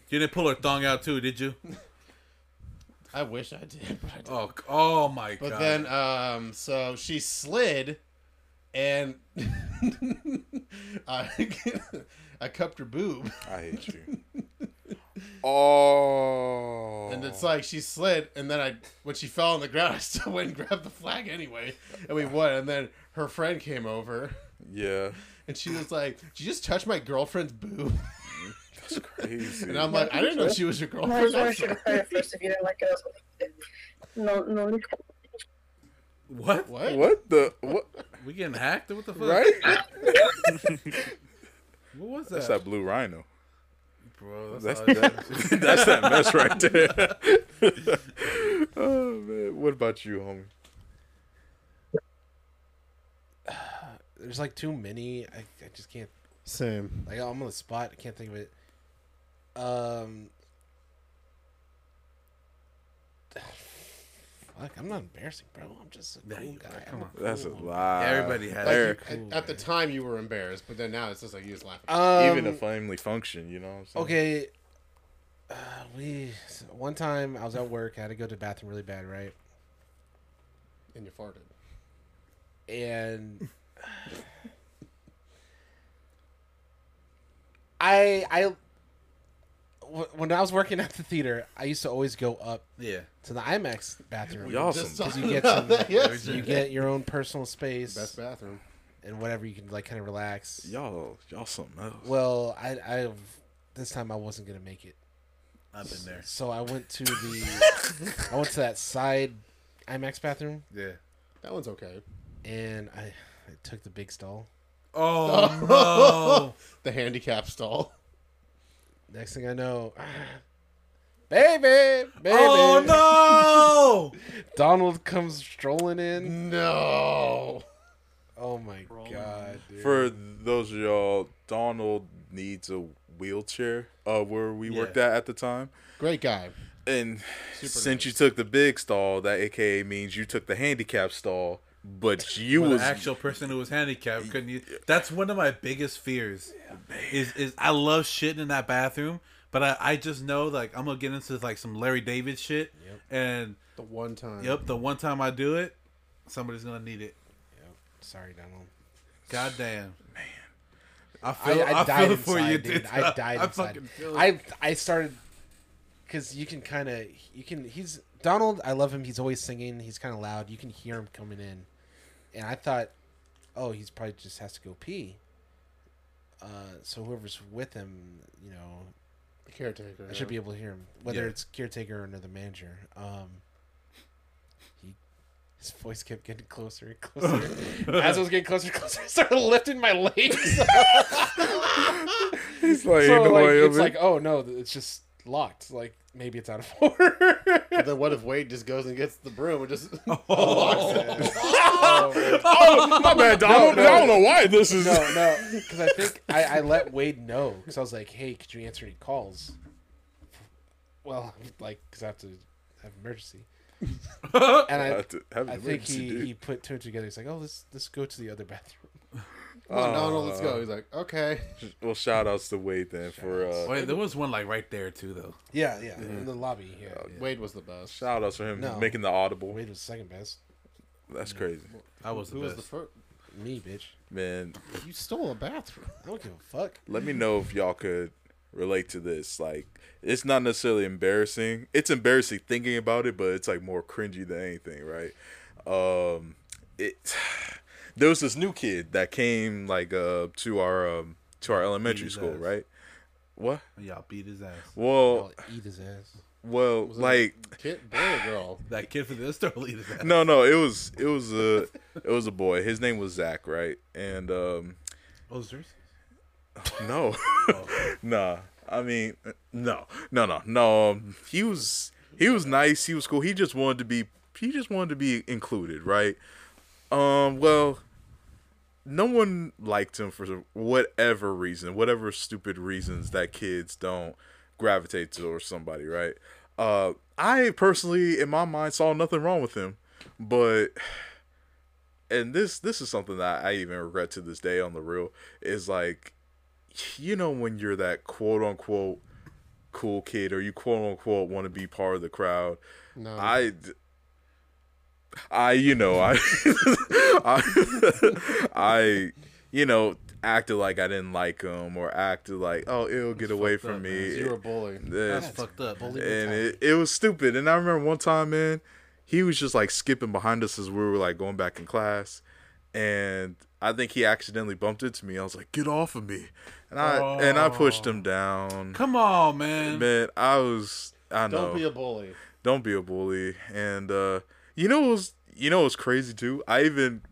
S2: you didn't pull her thong out too, did you?
S5: I wish I did, but I didn't.
S2: Oh, c- oh my
S5: But
S2: god.
S5: then, um, so she slid, and I, I cupped her boob,
S3: I hate you. Oh.
S5: and it's like she slid, and then I, when she fell on the ground, I still went and grabbed the flag anyway, and we won. And then her friend came over,
S3: yeah,
S5: and she was like, "Did you just touch my girlfriend's boob?"
S3: that's crazy.
S5: And I'm like, "I didn't know she was your
S8: Well, I
S5: girlfriend."
S8: just want
S5: I'm
S8: to
S5: sorry."
S8: clarify it first if you didn't like it. I was like, No, no, no.
S2: what?
S5: What?
S3: what the what?
S2: We getting hacked? What the fuck?
S3: Right?
S2: What was that?
S3: That's that blue rhino.
S2: Bro, that's,
S3: That's
S2: all I
S3: that.
S2: got.
S3: that's that mess right there. oh man, what about you, homie?
S4: There's like too many. I, I just can't.
S5: Same.
S4: Like I'm on the spot. I can't think of it. Um. Fuck, I'm not embarrassing, bro. I'm just a cool guy. I'm a cool-
S3: That's a lie.
S2: Everybody has-
S5: Like,
S3: Eric,
S5: you- at, at the time, you were embarrassed, but then now it's just like you just laugh. At
S3: even a
S4: Um,
S3: family function, you know what I'm saying?
S4: Okay. Uh, we so one time I was at work. I had to go to the bathroom really bad, right?
S5: it, and you farted.
S4: And I I wh- when I was working at the theater, I used to always go up
S2: Yeah.
S4: to the IMAX bathroom.
S3: Y'all
S5: Just
S3: some
S5: talking
S4: you get
S5: about
S4: some-
S5: that, yes.
S4: You get your own personal space
S5: Best bathroom.
S4: and whatever you can like kind of relax.
S3: y'all y'all something else.
S4: Well, I I this time I wasn't gonna make it.
S2: I've been there.
S4: So I went to the I went to that side IMAX bathroom
S2: Yeah.
S5: That one's okay.
S4: and I, I took the big stall.
S2: Oh no.
S5: The handicap stall.
S4: Next thing I know, baby, baby,
S2: Oh no.
S4: Donald comes strolling in.
S5: No.
S4: Oh my god, dude.
S3: For those of y'all, Donald needs a wheelchair. Uh, where we
S2: Yeah.
S3: worked at at the time,
S5: Great guy.
S3: and since you took the big stall, that AKA means you took the handicap stall, but you
S2: For
S3: was
S2: the actual person who was handicapped couldn't. Use, that's one of my biggest fears. Is is I love shitting in that bathroom, but I, I just know like I'm gonna get into like some Larry David shit, and
S5: The one time.
S2: yep, the one time I do it, somebody's gonna need it.
S4: Sorry, Donald.
S2: God damn. Man. I
S4: I,
S2: feel,
S4: I,
S2: I
S4: died
S2: feel
S4: inside,
S2: for you,
S4: dude. I died
S2: I
S4: inside.
S2: fucking feel it.
S4: I I started because you can kind of you can he's Donald. I love him. He's always singing. He's kind of loud. You can hear him coming in, and I thought, oh, he's probably just has to go pee. Uh, so whoever's with him, you know,
S5: The caretaker.
S4: I should be able to hear him, whether
S2: Yeah.
S4: it's caretaker or another manager. Um, he, his voice kept getting closer and closer. As I was getting closer and closer, I started lifting my legs.
S3: He's like,
S4: so
S3: "Ain't no
S4: like,
S3: way
S4: it's
S3: of it."
S4: like, oh no, th- it's just locked. Like maybe it's out of order.
S5: But then what if Wade just goes and gets the broom and just
S3: oh, my bad, Donald.
S4: uh, no.
S3: I don't know why this is.
S4: no, no, because I think I, I let Wade know because I was like, hey, could you answer any calls? Well, like, because I have to have an emergency. and I,
S3: I, have to have an
S4: I think
S3: emergency,
S4: he,
S3: dude.
S4: he put two and together. He's like, oh, let's let's go to the other bathroom.
S5: Come on, Donald, let's go. He's like, okay.
S3: Well, shout outs to Wade then for uh,
S2: Wait, Oh, there was one like right there too, though.
S4: Yeah, yeah, in the lobby. Yeah,
S5: Wade was the best.
S3: shout outs for him
S4: No.
S3: making the audible.
S4: Wade was second best.
S3: That's crazy,
S2: I was the
S5: Who was
S2: best.
S5: the first?
S4: Me, bitch.
S3: man.
S5: You stole a bathroom.
S4: I don't give a fuck.
S3: Let me know if y'all could relate to this. Like, it's not necessarily embarrassing. It's embarrassing thinking about it, but it's like more cringy than anything, right? Um, it. There was this new kid that came like uh to our um to our elementary
S2: his
S3: school,
S2: ass.
S3: right? What?
S2: Y'all beat his ass.
S3: Well,
S4: I'll eat his ass.
S3: well, like
S5: Kid, boy, or girl.
S2: That kid from the store beat his ass.
S3: no, no, it was it was a it was a boy. His name was Zach, right? And um,
S2: Oh, seriously?
S3: No. nah. I mean, no, no, no, no. Um, he was he was nice. He was cool. He just wanted to be he just wanted to be included, right? Um. Well, no one liked him for whatever reason, whatever stupid reasons that kids don't gravitate towards somebody, right? Uh, I personally, in my mind, saw nothing wrong with him, but and this this is something that I even regret to this day on the real is like you know when you're that quote unquote cool kid or you quote unquote want to be part of the crowd
S5: No.
S3: I I you know I I, I you know acted like I didn't like him or acted like oh it'll get away
S2: fucked
S3: from
S2: up,
S3: me
S2: man.
S5: you were a bully.
S2: That's
S3: It's-
S2: fucked up.
S3: and it, it was stupid. And I remember one time, man, he was just like skipping behind us as we were like going back in class, and I think he accidentally bumped into me. I was like, "Get off of me!" and I and I pushed
S5: Oh.
S3: him down.
S2: Come on, man.
S3: Man, I was I know
S5: Don't be a bully.
S3: don't be a bully. And uh, you know what was you know what's crazy too? I even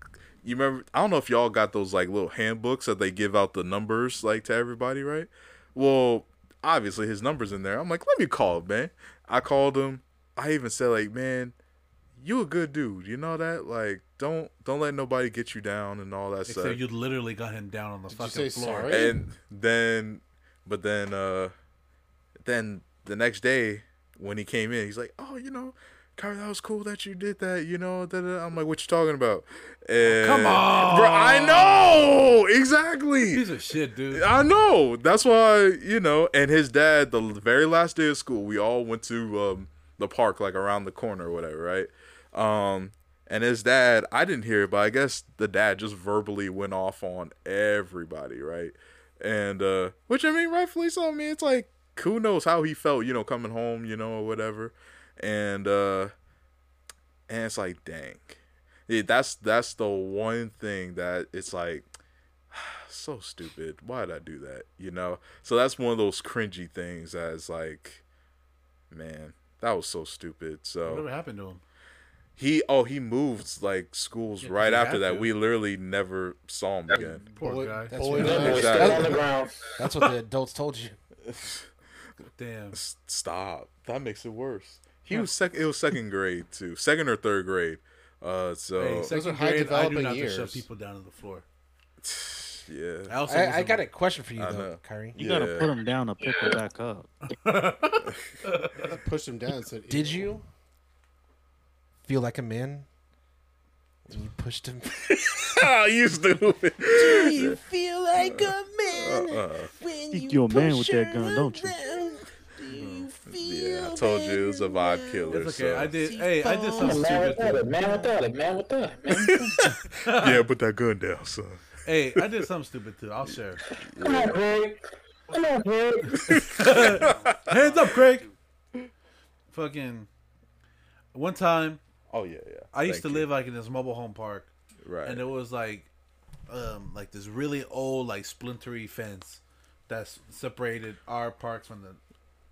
S3: you remember I don't know if y'all got those like little handbooks that they give out the numbers like to everybody, right? Well, obviously his numbers in there. I'm like, let me call him, man. I called him. I even said like, man, you a good dude. You know that? Like, don't don't let nobody get you down and all that
S2: Except
S3: stuff
S2: you literally got him down on the
S5: you
S2: fucking
S5: say
S2: floor.
S5: sorry?
S3: and then but then uh then the next day when he came in he's like oh you know Kyrie, that was cool that you did that, you know. Da, da. da." I'm like, what you talking about? And,
S2: come on.
S3: bro. I know exactly.
S2: Piece of shit, dude.
S3: I know. That's why you know. And his dad, the very last day of school, we all went to um, the park, like around the corner or whatever, right? Um, and his dad, I didn't hear it, but I guess the dad just verbally went off on everybody, right? And uh, which I mean, rightfully so. I mean, it's like who knows how he felt, you know, coming home, you know, or whatever. And uh, and it's like, dang, yeah, that's that's the one thing that it's like so stupid. Why did I do that? You know? So that's one of those cringy things that's like, man, that was so stupid.
S2: Whatever
S3: So
S2: happened to him?
S3: he, oh, he moved like schools
S2: Yeah, 'cause
S3: right
S2: you
S3: after
S2: have
S3: that.
S2: to.
S3: We literally never saw him again.
S2: Poor
S4: Bullet-
S2: guy.
S4: That's,
S5: Bullet-
S4: what,
S7: That boy
S3: Exactly.
S7: still on the ground.
S4: that's what the adults told you.
S2: Damn.
S3: S- Stop. That makes it worse. He was sec. It was second grade too, second or third grade. Uh, so
S2: Hey,
S5: are
S2: second
S5: high
S2: grade, I do
S5: developing
S2: not to
S5: years.
S2: shove people down to the floor.
S3: yeah,
S2: I, also was
S4: I, I
S2: in-
S4: got a question for you
S3: I
S4: though,
S3: know.
S4: Kyrie.
S6: You
S3: Yeah.
S6: gotta put him down to pick him back up.
S5: Pushed him down. And said,
S4: Did you feel like a man when you pushed him?
S3: Ah, you stupid.
S4: you feel like a man when
S6: Think you a man with that gun, don't you?
S3: Yeah, I told you it was a vibe killer.
S2: It's okay.
S3: so.
S2: I did. Hey, I did
S7: Man
S2: something stupid.
S7: without it,
S2: Though.
S7: man without it, man without it, man.
S3: yeah, put that gun down, son.
S2: Hey, I did something stupid too. I'll share.
S7: Come on, Greg. Come on, Greg.
S2: Hands up, Craig. Fucking. One time,
S3: Oh yeah, yeah.
S2: I used
S3: Thank
S2: to
S3: you.
S2: live like in this mobile home park,
S3: right.
S2: and it was like, um, like this really old like splintery fence that's separated our park from the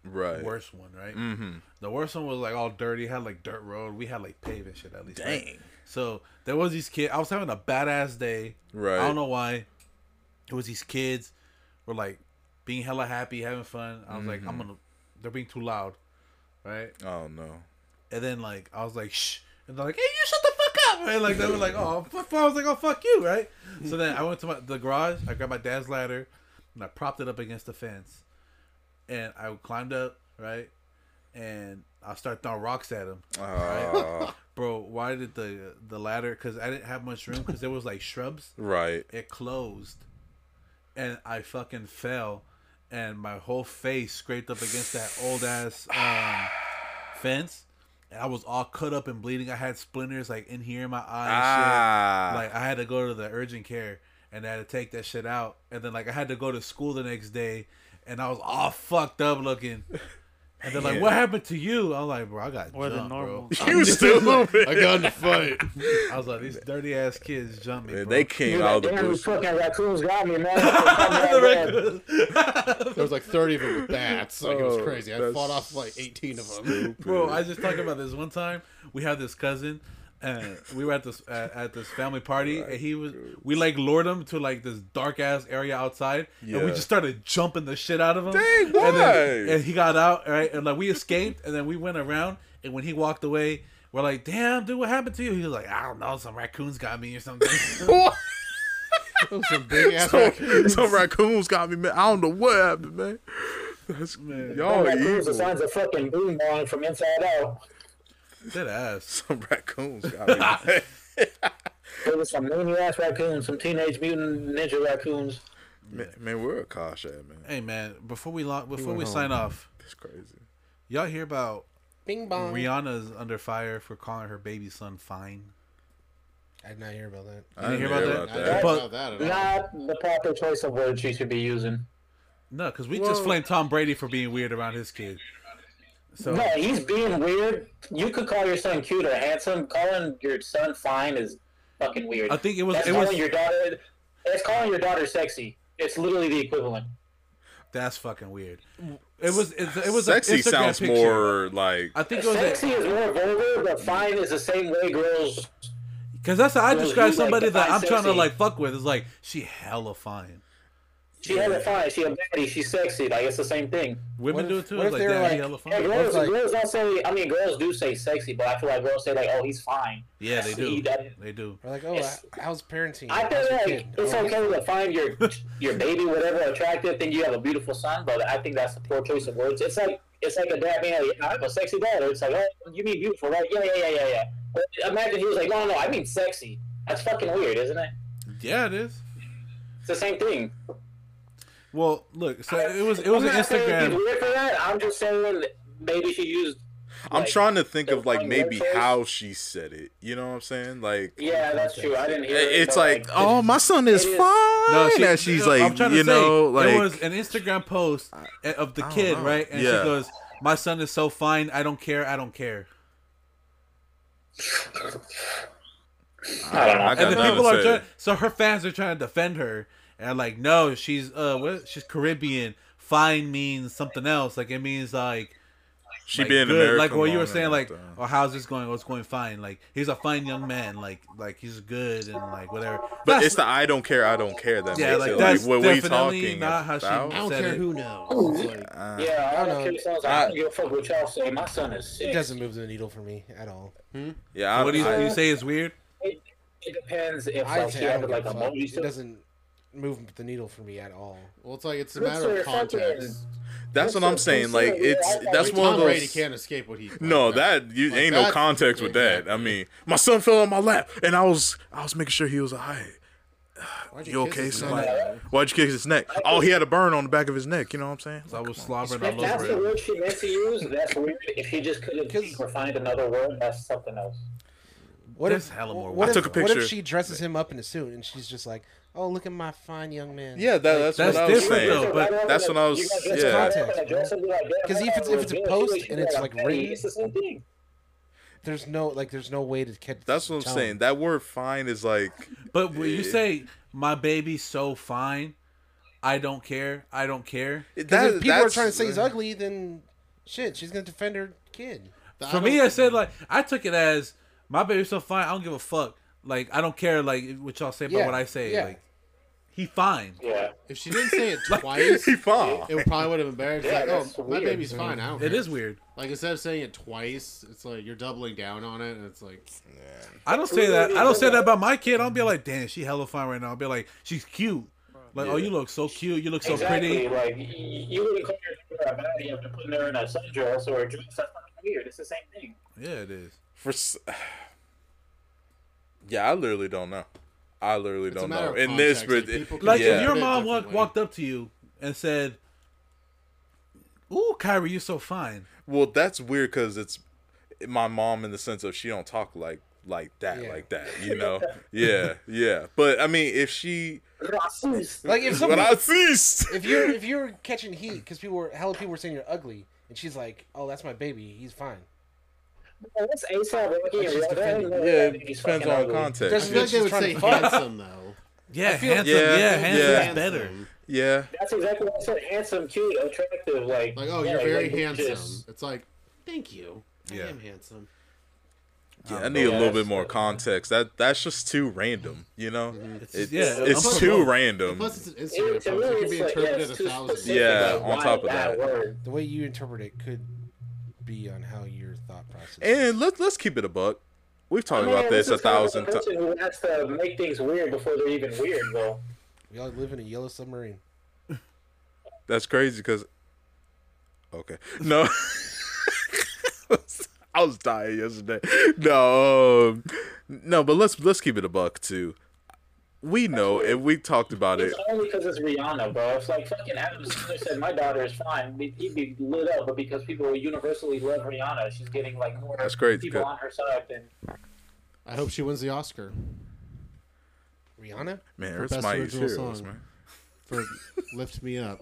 S3: right.
S2: worst one, right? Mm-hmm. The worst one was like all dirty, had like dirt road. We had like paving shit at least. right?
S3: Dang.
S2: So there was these kids. I was having a badass day.
S3: Right.
S2: I don't know why. It was these kids were like being hella happy, having fun. I was like, I'm gonna. They're being too loud, right?
S3: Oh no.
S2: And then like I was like, shh, and they're like, hey, you shut the fuck up, and like they were like, oh, fuck, I was like, oh, fuck you, right? So then I went to my, the garage. I grabbed my dad's ladder and I propped it up against the fence, and I climbed up, right? And I started throwing rocks at him.
S3: Uh,
S2: Bro, why did the the ladder? Because I didn't have much room because there was like shrubs.
S3: right.
S2: It closed, and I fucking fell, and my whole face scraped up against that old ass um, fence. And I was all cut up and bleeding. I had splinters like in here in my eye. and
S3: Ah.
S2: shit. Like I had to go to the urgent care and I had to take that shit out. And then like I had to go to school the next day, and I was all fucked up looking. And they're like,
S3: Man.
S2: "What happened to you?" I'm like, "Bro, I got
S6: More than
S2: jumped, bro."
S6: normal.
S3: you
S5: I
S3: stupid.
S5: got in a fight.
S2: I was like, these dirty ass kids jumped me.
S3: Man,
S2: bro.
S3: they came out of the
S7: Damn, you
S3: bush.
S7: fucking raccoons got me, man. Come right there.
S5: There was like 30 of them with bats. Like it was
S3: Oh,
S5: crazy. I
S3: that's
S5: fought off like 18 of them.
S3: Stupid.
S2: Bro, I was just talking about this one time. We had this cousin, and we were at this at, at this family party, and he was. We like lured him to like this dark ass area outside, and we
S3: Yeah.
S2: just started jumping the shit out of him.
S3: Dang,
S2: and, then,
S3: why?
S2: and he got out, right? And like we escaped, and then we went around, and when he walked away. We're like, damn, dude, what happened to you? He was like, I don't know, some raccoons got me or something.
S5: Those are big ass
S3: some, some raccoons got me, man. I don't know what happened, man. That's,
S7: Them
S3: Y'all
S7: raccoons are
S3: evil.
S7: signs of fucking boomerang from inside out.
S2: Dead ass.
S3: Some raccoons got me.
S7: It was some loony ass raccoons, some teenage mutant ninja raccoons.
S3: man, man, we're a cash at, man.
S2: Hey man, before we lo- before we sign off,
S3: It's crazy.
S2: y'all hear about
S4: Bing
S7: Um,
S4: bong.
S2: Rihanna's under fire for calling her baby son fine.
S4: I did not hear about that.
S3: I
S2: You
S3: didn't
S2: hear
S3: hear
S2: about
S3: about
S5: I
S2: that?
S3: that.
S5: don't
S2: But-
S5: know that at all.
S7: Not the proper choice of words she should be using.
S2: No, because we just flamed Tom Brady for being weird around his kid. So
S7: No, he's being weird. You could call your son cute or handsome. Calling your son fine is fucking weird.
S2: I think it was
S7: That's
S2: it
S7: calling
S2: was
S7: your daughter. That's calling your daughter sexy. It's literally the equivalent.
S2: that's fucking weird. It was it, it was a
S3: Sexy
S2: Instagram
S3: sounds
S2: picture.
S3: more like
S2: I think it was
S7: Sexy is more vulgar, but fine is the same way girls.
S2: because that's how I
S7: Well,
S2: describe
S7: you like
S2: somebody
S7: to
S2: that
S7: find
S2: I'm trying to
S7: sexy.
S2: like fuck with. It's like she hella fine.
S7: She has a fine. She a baddie. She's sexy. Like it's the same thing.
S2: Women
S4: What
S2: do
S4: if-
S2: it too. It's
S4: what if
S2: like
S4: they were
S2: damn, he
S4: like-
S2: hella
S7: Yeah,
S2: fine.
S7: girls,
S4: like-
S7: girls don't say. I mean, girls do say sexy, but I feel like girls say like, "Oh, he's fine."
S2: Yeah, they do.
S7: That-
S2: They do.
S4: Or like, oh,
S7: It's-
S4: I, how's parenting?
S7: I feel
S4: How's your
S7: like
S4: kid?
S7: it's
S4: Oh,
S7: okay to find your your baby, whatever, attractive. Think you have a beautiful son, but I think that's a poor choice of words. It's like It's like a dad being like, "I'm a sexy daughter." It's like, "Oh, you mean beautiful, right?" Yeah, yeah, yeah, yeah, yeah. But imagine he was like, "No, no, I mean sexy." That's fucking weird, isn't it?
S2: Yeah, it is.
S7: It's the same thing.
S2: Well, look, so it was it was
S7: I'm
S2: an
S7: not saying it'd be
S2: Instagram.
S7: weird for that. I'm just saying that maybe she used.
S3: I'm
S7: like,
S3: trying to think of like
S7: one
S3: maybe
S7: word choice.
S3: how she said it. You know what I'm saying? Like
S7: Yeah, that's true. I didn't hear. it,
S3: it's
S7: but,
S3: like, oh, my son is
S7: it is-
S3: fine. No,
S2: she-
S3: and she's
S2: no, I'm
S3: like,
S2: trying to
S3: you
S2: say,
S3: know, like
S2: it was an Instagram post of the
S3: don't
S2: kid,
S3: know.
S2: right? And
S3: Yeah.
S2: she goes, "My son is so fine. I don't care. I don't care."
S7: I don't know.
S3: got
S2: And the
S3: nothing
S2: people
S3: to
S2: are
S3: say.
S2: trying, so her fans are trying to defend her and like, no, she's uh, what? She's Caribbean. Fine means something else. Like it means like
S3: she
S2: like,
S3: being
S2: good.
S3: American.
S2: Like what you
S3: long
S2: were saying,
S3: enough,
S2: like,
S3: though.
S2: oh, how's this going? What's going fine? Like he's a fine young man. Like like he's good and like whatever.
S3: but
S2: That's-
S3: it's the I don't care, I don't care that
S2: Yeah,
S3: makes
S2: like,
S3: it
S2: that's
S3: like what we
S2: definitely
S3: talking
S2: not how she-
S3: about.
S5: I don't
S2: Said
S5: care
S2: it. Oh,
S5: who knows. Like,
S3: Uh,
S7: Yeah, I don't
S4: I
S7: care.
S4: don't-
S7: It sounds like I don't give a fuck what y'all say. My son is sick.
S4: It doesn't move the needle for me at all.
S3: yeah, I,
S2: what do you,
S3: I-
S2: you say is weird?
S7: It, it depends if
S4: I,
S7: like, she
S4: say I
S7: acted
S4: don't
S7: like
S4: give
S7: a
S4: a fuck.
S7: movie
S4: It
S7: star.
S4: doesn't move the needle for me at all.
S5: well, it's like it's a
S7: Roots
S5: matter
S7: are
S5: of
S7: fucking-
S5: context.
S3: that's what I'm saying. Like
S7: Yeah,
S3: it's
S7: I thought
S3: that's
S7: you
S3: one of
S5: Tom Brady
S3: those.
S5: can't escape what he.
S3: No, that you
S5: Like,
S3: ain't no
S5: that's-
S3: context with that. I mean, my son fell on my lap, and I was I was making sure he was alright.
S5: Why'd
S3: You
S5: kiss
S3: okay,
S5: his
S3: son?
S5: mother?
S3: Why'd you kick his neck? Oh, he had a burn on the back of his neck. You know what I'm saying?
S2: So I was slobbering
S7: If
S2: all
S7: that's
S2: over
S7: the
S2: it.
S7: word she meant to use, that's weird. If she just couldn't think or find another word, that's something else.
S4: What
S2: There's
S4: if,
S2: hella more
S4: what
S3: I
S4: if,
S3: took a
S4: What
S3: picture.
S4: if she dresses him up in a suit and she's just like, "Oh, look at my fine young man."
S3: Yeah, that, that's,
S2: that's
S3: what I was
S2: different,
S3: saying.
S2: though. but
S3: that's what I was- yeah.
S4: Context, Because if it's- if it's a post and it's, like, written-
S7: it's the same thing.
S4: There's no like, there's no way to kid.
S3: That's what I'm
S4: tell him.
S3: saying. That word "fine" is like
S2: But when you
S3: Yeah.
S2: say my baby's so fine, I don't care. I don't care.
S4: 'Cause
S3: that.
S4: if people are
S3: that's-
S4: trying to say he's ugly, then shit, she's gonna defend her kid.
S5: I
S2: For
S5: don't-
S2: me, I said like I took it as my baby's so fine. I don't give a fuck. Like I don't care. Like what y'all say about
S4: Yeah,
S2: what I say.
S4: yeah.
S2: Like he fine.
S7: Yeah.
S5: if she didn't say it twice,
S3: he
S5: it
S3: fine.
S5: would probably would have embarrassed.
S7: Yeah,
S5: like, oh,
S7: that's
S5: my
S7: weird.
S5: baby's fine. I don't
S2: It
S5: care.
S2: is weird.
S5: Like instead of saying it twice, it's like you're doubling down on it, and it's like
S2: I don't say that. I don't say that about my kid. I don't be like, damn, she hella fine right now. I'll be like, she's cute. Like, oh, you look so cute. You look so
S7: exactly.
S2: pretty.
S7: Like y- y- you wouldn't call her a baddie after putting her in a sundress or a dress. That's fucking weird. It's the same thing.
S2: Yeah, it is.
S3: For s- yeah, I literally don't know. I literally
S5: a
S3: don't
S5: matter
S3: know.
S5: of
S3: In this,
S5: context,
S3: but
S5: like, people can
S2: Like
S3: yeah,
S2: if
S5: you-
S2: your
S5: Put it
S2: mom walked,
S5: differently.
S2: walked up to you and said, "Ooh, Kyrie, you're so fine."
S3: well, that's weird because it's my mom in the sense of she don't talk like like that,
S4: Yeah.
S3: like that. You know? yeah, yeah. But I mean, if she,
S7: Racist.
S4: Like if
S3: when
S4: somebody,
S3: I ceased.
S4: if you're if you're catching heat because people were hell people were saying you're ugly, and she's like, "Oh, that's my baby. He's fine."
S7: What's ASAP Rocky and
S4: She's defending-
S7: Rihanna?
S3: Yeah,
S7: He's
S3: it
S7: fucking
S3: depends on
S7: ugly.
S5: I
S3: context.
S4: Doesn't-
S5: feel like they
S4: She's
S5: would
S4: trying
S5: say
S4: to fight.
S5: handsome though.
S2: Yeah,
S4: feel-
S2: handsome.
S3: Yeah,
S2: Yeah,
S3: yeah.
S2: handsome is
S3: Handsome.
S2: better.
S3: Yeah,
S7: That's exactly what I said. Handsome, cute, attractive. Like
S5: Like oh,
S7: yeah,
S5: you're very
S7: like,
S5: handsome.
S7: just-
S5: It's like thank you. I
S2: Yeah.
S5: am handsome.
S3: yeah. I need a little
S7: that's-
S3: bit more context. That that's just too random. You know?
S2: It's,
S3: It's,
S2: yeah,
S3: it's
S2: I'm-
S3: too
S2: I'm-
S3: random.
S5: Plus, it's an Instagram post.
S7: It, to me,
S5: It can
S7: it's
S5: be
S7: like, yeah,
S5: interpreted
S7: it's
S5: a
S7: too
S5: thousand.
S7: specific.
S5: ways.
S3: Yeah,
S7: like,
S3: on
S7: why
S3: top of that.
S7: word?
S4: The way you interpret it could be on how your thought process. is.
S3: And let's let's keep it a buck. We've talked
S7: Man,
S3: about this a
S7: is kind of
S3: thousand
S7: the
S3: times.
S7: person Who has to make things weird before they're even weird, though?
S4: we all live in a yellow submarine.
S3: That's crazy because. Okay, no. I was dying yesterday. No, um, no, but let's let's keep it a buck too. We know, and we talked about it.
S7: It's only because it's Rihanna, bro. It's like fucking Adam Sandler said, "My daughter is fine." He'd- He'd be lit up, but because people universally love Rihanna, she's getting like more
S3: That's crazy,
S7: people
S3: 'cause-
S7: on her side than
S5: I hope she wins the Oscar
S4: Rihanna.
S3: Man,
S5: For
S3: it's
S5: best
S3: my
S5: original
S3: heroes,
S5: song.
S3: man.
S5: for "Lift Me Up"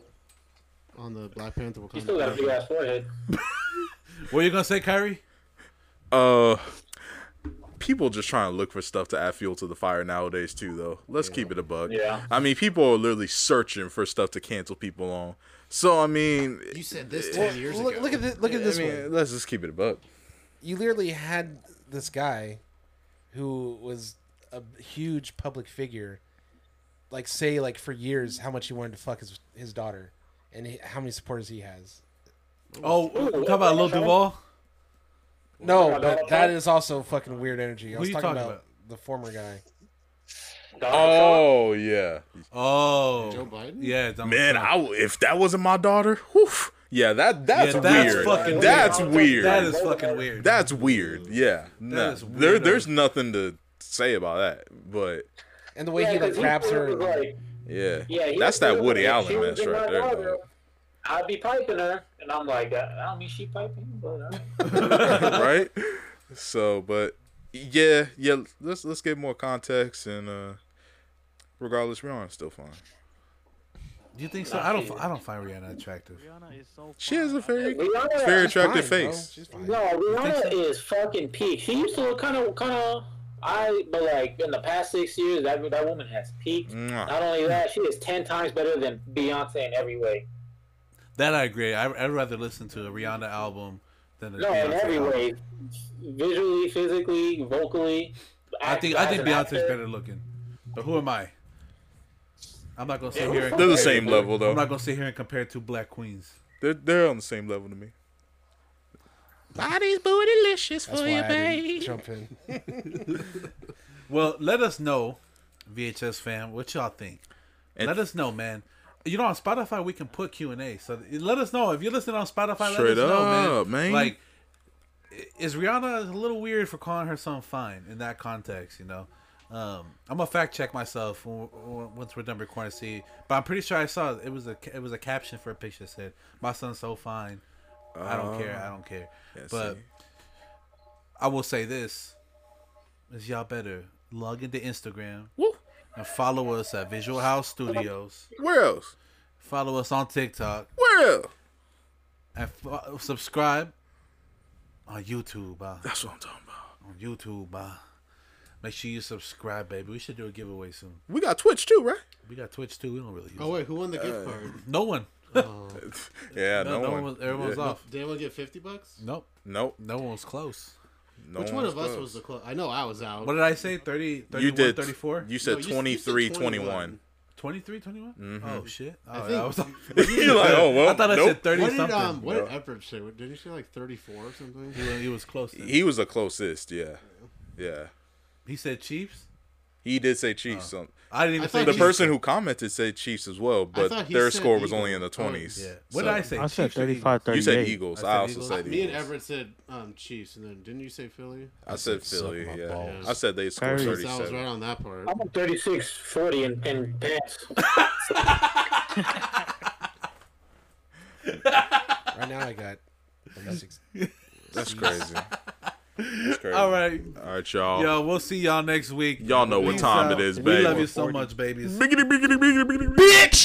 S5: on the Black Panther Wakanda.
S7: you still got a big ass forehead.
S2: What you gonna say, Kyrie?
S3: Uh, people just trying to look for stuff to add fuel to the fire nowadays too. Though, let's keep it a buck.
S7: Yeah.
S3: I mean, people are literally searching for stuff to cancel people on. So I mean,
S5: You said this ten years
S4: Look,
S5: ago.
S4: look at this. Look at this
S3: I mean,
S4: one.
S3: let's just keep it a buck.
S4: you literally had this guy who was a huge public figure like say like for years how much he wanted to fuck his his daughter and he, how many supporters he has
S2: Oh, talk about Lil Duval.
S4: no but that is also fucking weird energy i was
S2: you
S4: talking
S2: talking
S4: about,
S2: about?
S4: the former guy
S7: Donald
S3: Oh yeah,
S2: Oh,
S5: Joe Biden?
S2: Yeah, Donald
S3: man.
S2: Trump.
S3: I w if that wasn't my daughter, whew, Yeah, that that's
S2: Yeah, that's
S3: weird.
S2: fucking
S3: that's
S8: weird.
S3: weird.
S2: That is fucking weird.
S3: That's weird. Yeah. no.
S2: is
S3: There,
S2: weird.
S3: there's nothing to say about that. But
S4: And the way he
S8: Yeah, 'cause
S4: like wraps her.
S8: was
S4: and-
S8: like-
S3: yeah,
S7: Yeah, he
S3: that's
S7: was
S3: that
S7: cool,
S3: Woody
S7: but if she
S3: Allen
S7: was
S3: mess
S7: in
S3: right
S7: my
S3: there.
S7: daughter,
S3: though.
S7: I'd be piping her, and I'm like, I I don't mean she piping, but uh, all right.
S3: right? So, but yeah, yeah. Let's let's get more context and uh regardless, Rihanna's still fine.
S2: Do you think so? I don't. I don't find Rihanna attractive.
S6: Rihanna is so.
S3: She has a very
S7: Rihanna,
S3: very attractive
S4: Fine, bro.
S3: face.
S4: She's fine.
S7: No, Rihanna is fucking peak. She used to look kind of, kind of. I but like in the past six years, that that woman has peaked.
S3: Mwah.
S7: Not only that, she is ten times better than Beyonce in every way.
S2: That I agree. I, I'd rather listen to a Rihanna album than a
S7: No, in
S2: Beyonce
S7: every
S2: album.
S7: way, visually, physically, vocally.
S2: I think
S7: act-
S2: I think
S7: as an
S2: Beyonce's
S7: actor.
S2: better looking. But who am I? I'm not gonna sit here. And
S3: They're the
S2: compare-
S3: same level
S2: I'm not
S3: though.
S2: gonna sit here and compare two black queens.
S3: They're they're on the same level to me.
S9: Body's bootylicious
S4: That's
S9: for
S4: why
S9: you,
S4: I didn't
S9: babe.
S4: jump in.
S2: Well, let us know, VHS fam, what y'all think.
S3: And-
S2: let us know, man. You know, on Spotify we can put Q and A. So let us know if you're listening on Spotify.
S3: Straight
S2: let us know,
S3: up,
S2: man.
S3: man.
S2: Like, i- is Rihanna a little weird for calling her something fine in that context? You know, um, I'm gonna fact check myself w- w- once we're done recording. See, but I'm pretty sure I saw it was a it was a caption for a picture that said, "My son's so fine." I don't care. I don't care.
S3: Oh. Yeah,
S2: but
S3: see.
S2: I will say this: is y'all better log into Instagram and follow us at Visual House Studios.
S3: Where else?
S2: Follow us on TikTok
S3: Where else?
S2: and fo- subscribe on YouTube. Uh,
S3: That's what I'm talking about.
S2: on YouTube. Uh. Make sure you subscribe, baby. We should do a giveaway soon.
S3: We got Twitch too, right?
S2: We got Twitch too. We don't really use
S5: Oh
S2: it.
S5: wait, who won the gift card?
S2: No one. No,
S3: Yeah, no,
S2: no
S3: one.
S2: one was- everyone was
S3: yeah.
S2: off.
S5: Did anyone get fifty bucks?
S2: Nope.
S3: Nope.
S2: No one was close.
S3: No
S5: Which one
S3: was
S5: of us
S3: close.
S5: was the close? I know I was out.
S2: What did I say? 30, 31,
S3: you did
S2: 34?
S3: You
S5: No,
S3: said
S5: you- you said
S3: twenty three, twenty
S5: 21.
S3: one.
S2: 23, 21?
S3: Mm-hmm.
S2: Oh, shit. Oh,
S5: think-
S2: I was
S3: You're like, oh well.
S2: I thought I
S3: nope.
S2: said 30
S5: What did
S2: something.
S5: um? What did
S3: Yeah.
S5: Everett say? What- Didn't he say like thirty four or something?
S2: he, was, he was close. then. He,
S3: He was the closest. Yeah, yeah.
S2: said Chiefs.
S3: He did say Chiefs. some-
S2: I didn't even
S5: I
S2: say
S5: thought
S3: the
S5: he-
S2: Chiefs.
S3: person who commented said Chiefs as well,
S5: thought
S3: but
S5: he
S3: their
S5: said
S3: score was
S5: Eagles.
S3: only in the twenties.
S2: Yeah. What did I say?
S6: I said
S2: Chiefs or Eagles?
S6: 35 38.
S3: You said Eagles.
S2: I
S3: I,
S2: said
S3: also
S2: Eagles.
S3: said
S5: Me and
S3: Eagles.
S5: Everett said um, Chiefs, and then didn't you say Philly?
S3: I said
S2: Suck
S3: Philly.
S2: my
S3: Yeah,
S2: balls.
S3: I said they scored
S6: Perry.
S5: So I was right
S3: thirty-seven.
S5: on that part.
S7: I'm 36, 40 in, in pants.
S4: Right now I got 36.
S3: That's crazy. That's crazy.
S2: All right.
S3: all right, y'all.
S2: Yo, we'll see y'all next week.
S3: Y'all know what
S2: Peace
S3: time
S2: out.
S3: it is,
S2: We
S3: baby.
S2: love you so much, babies.
S3: Biggity, biggity, biggity, biggity, biggity. Bitch.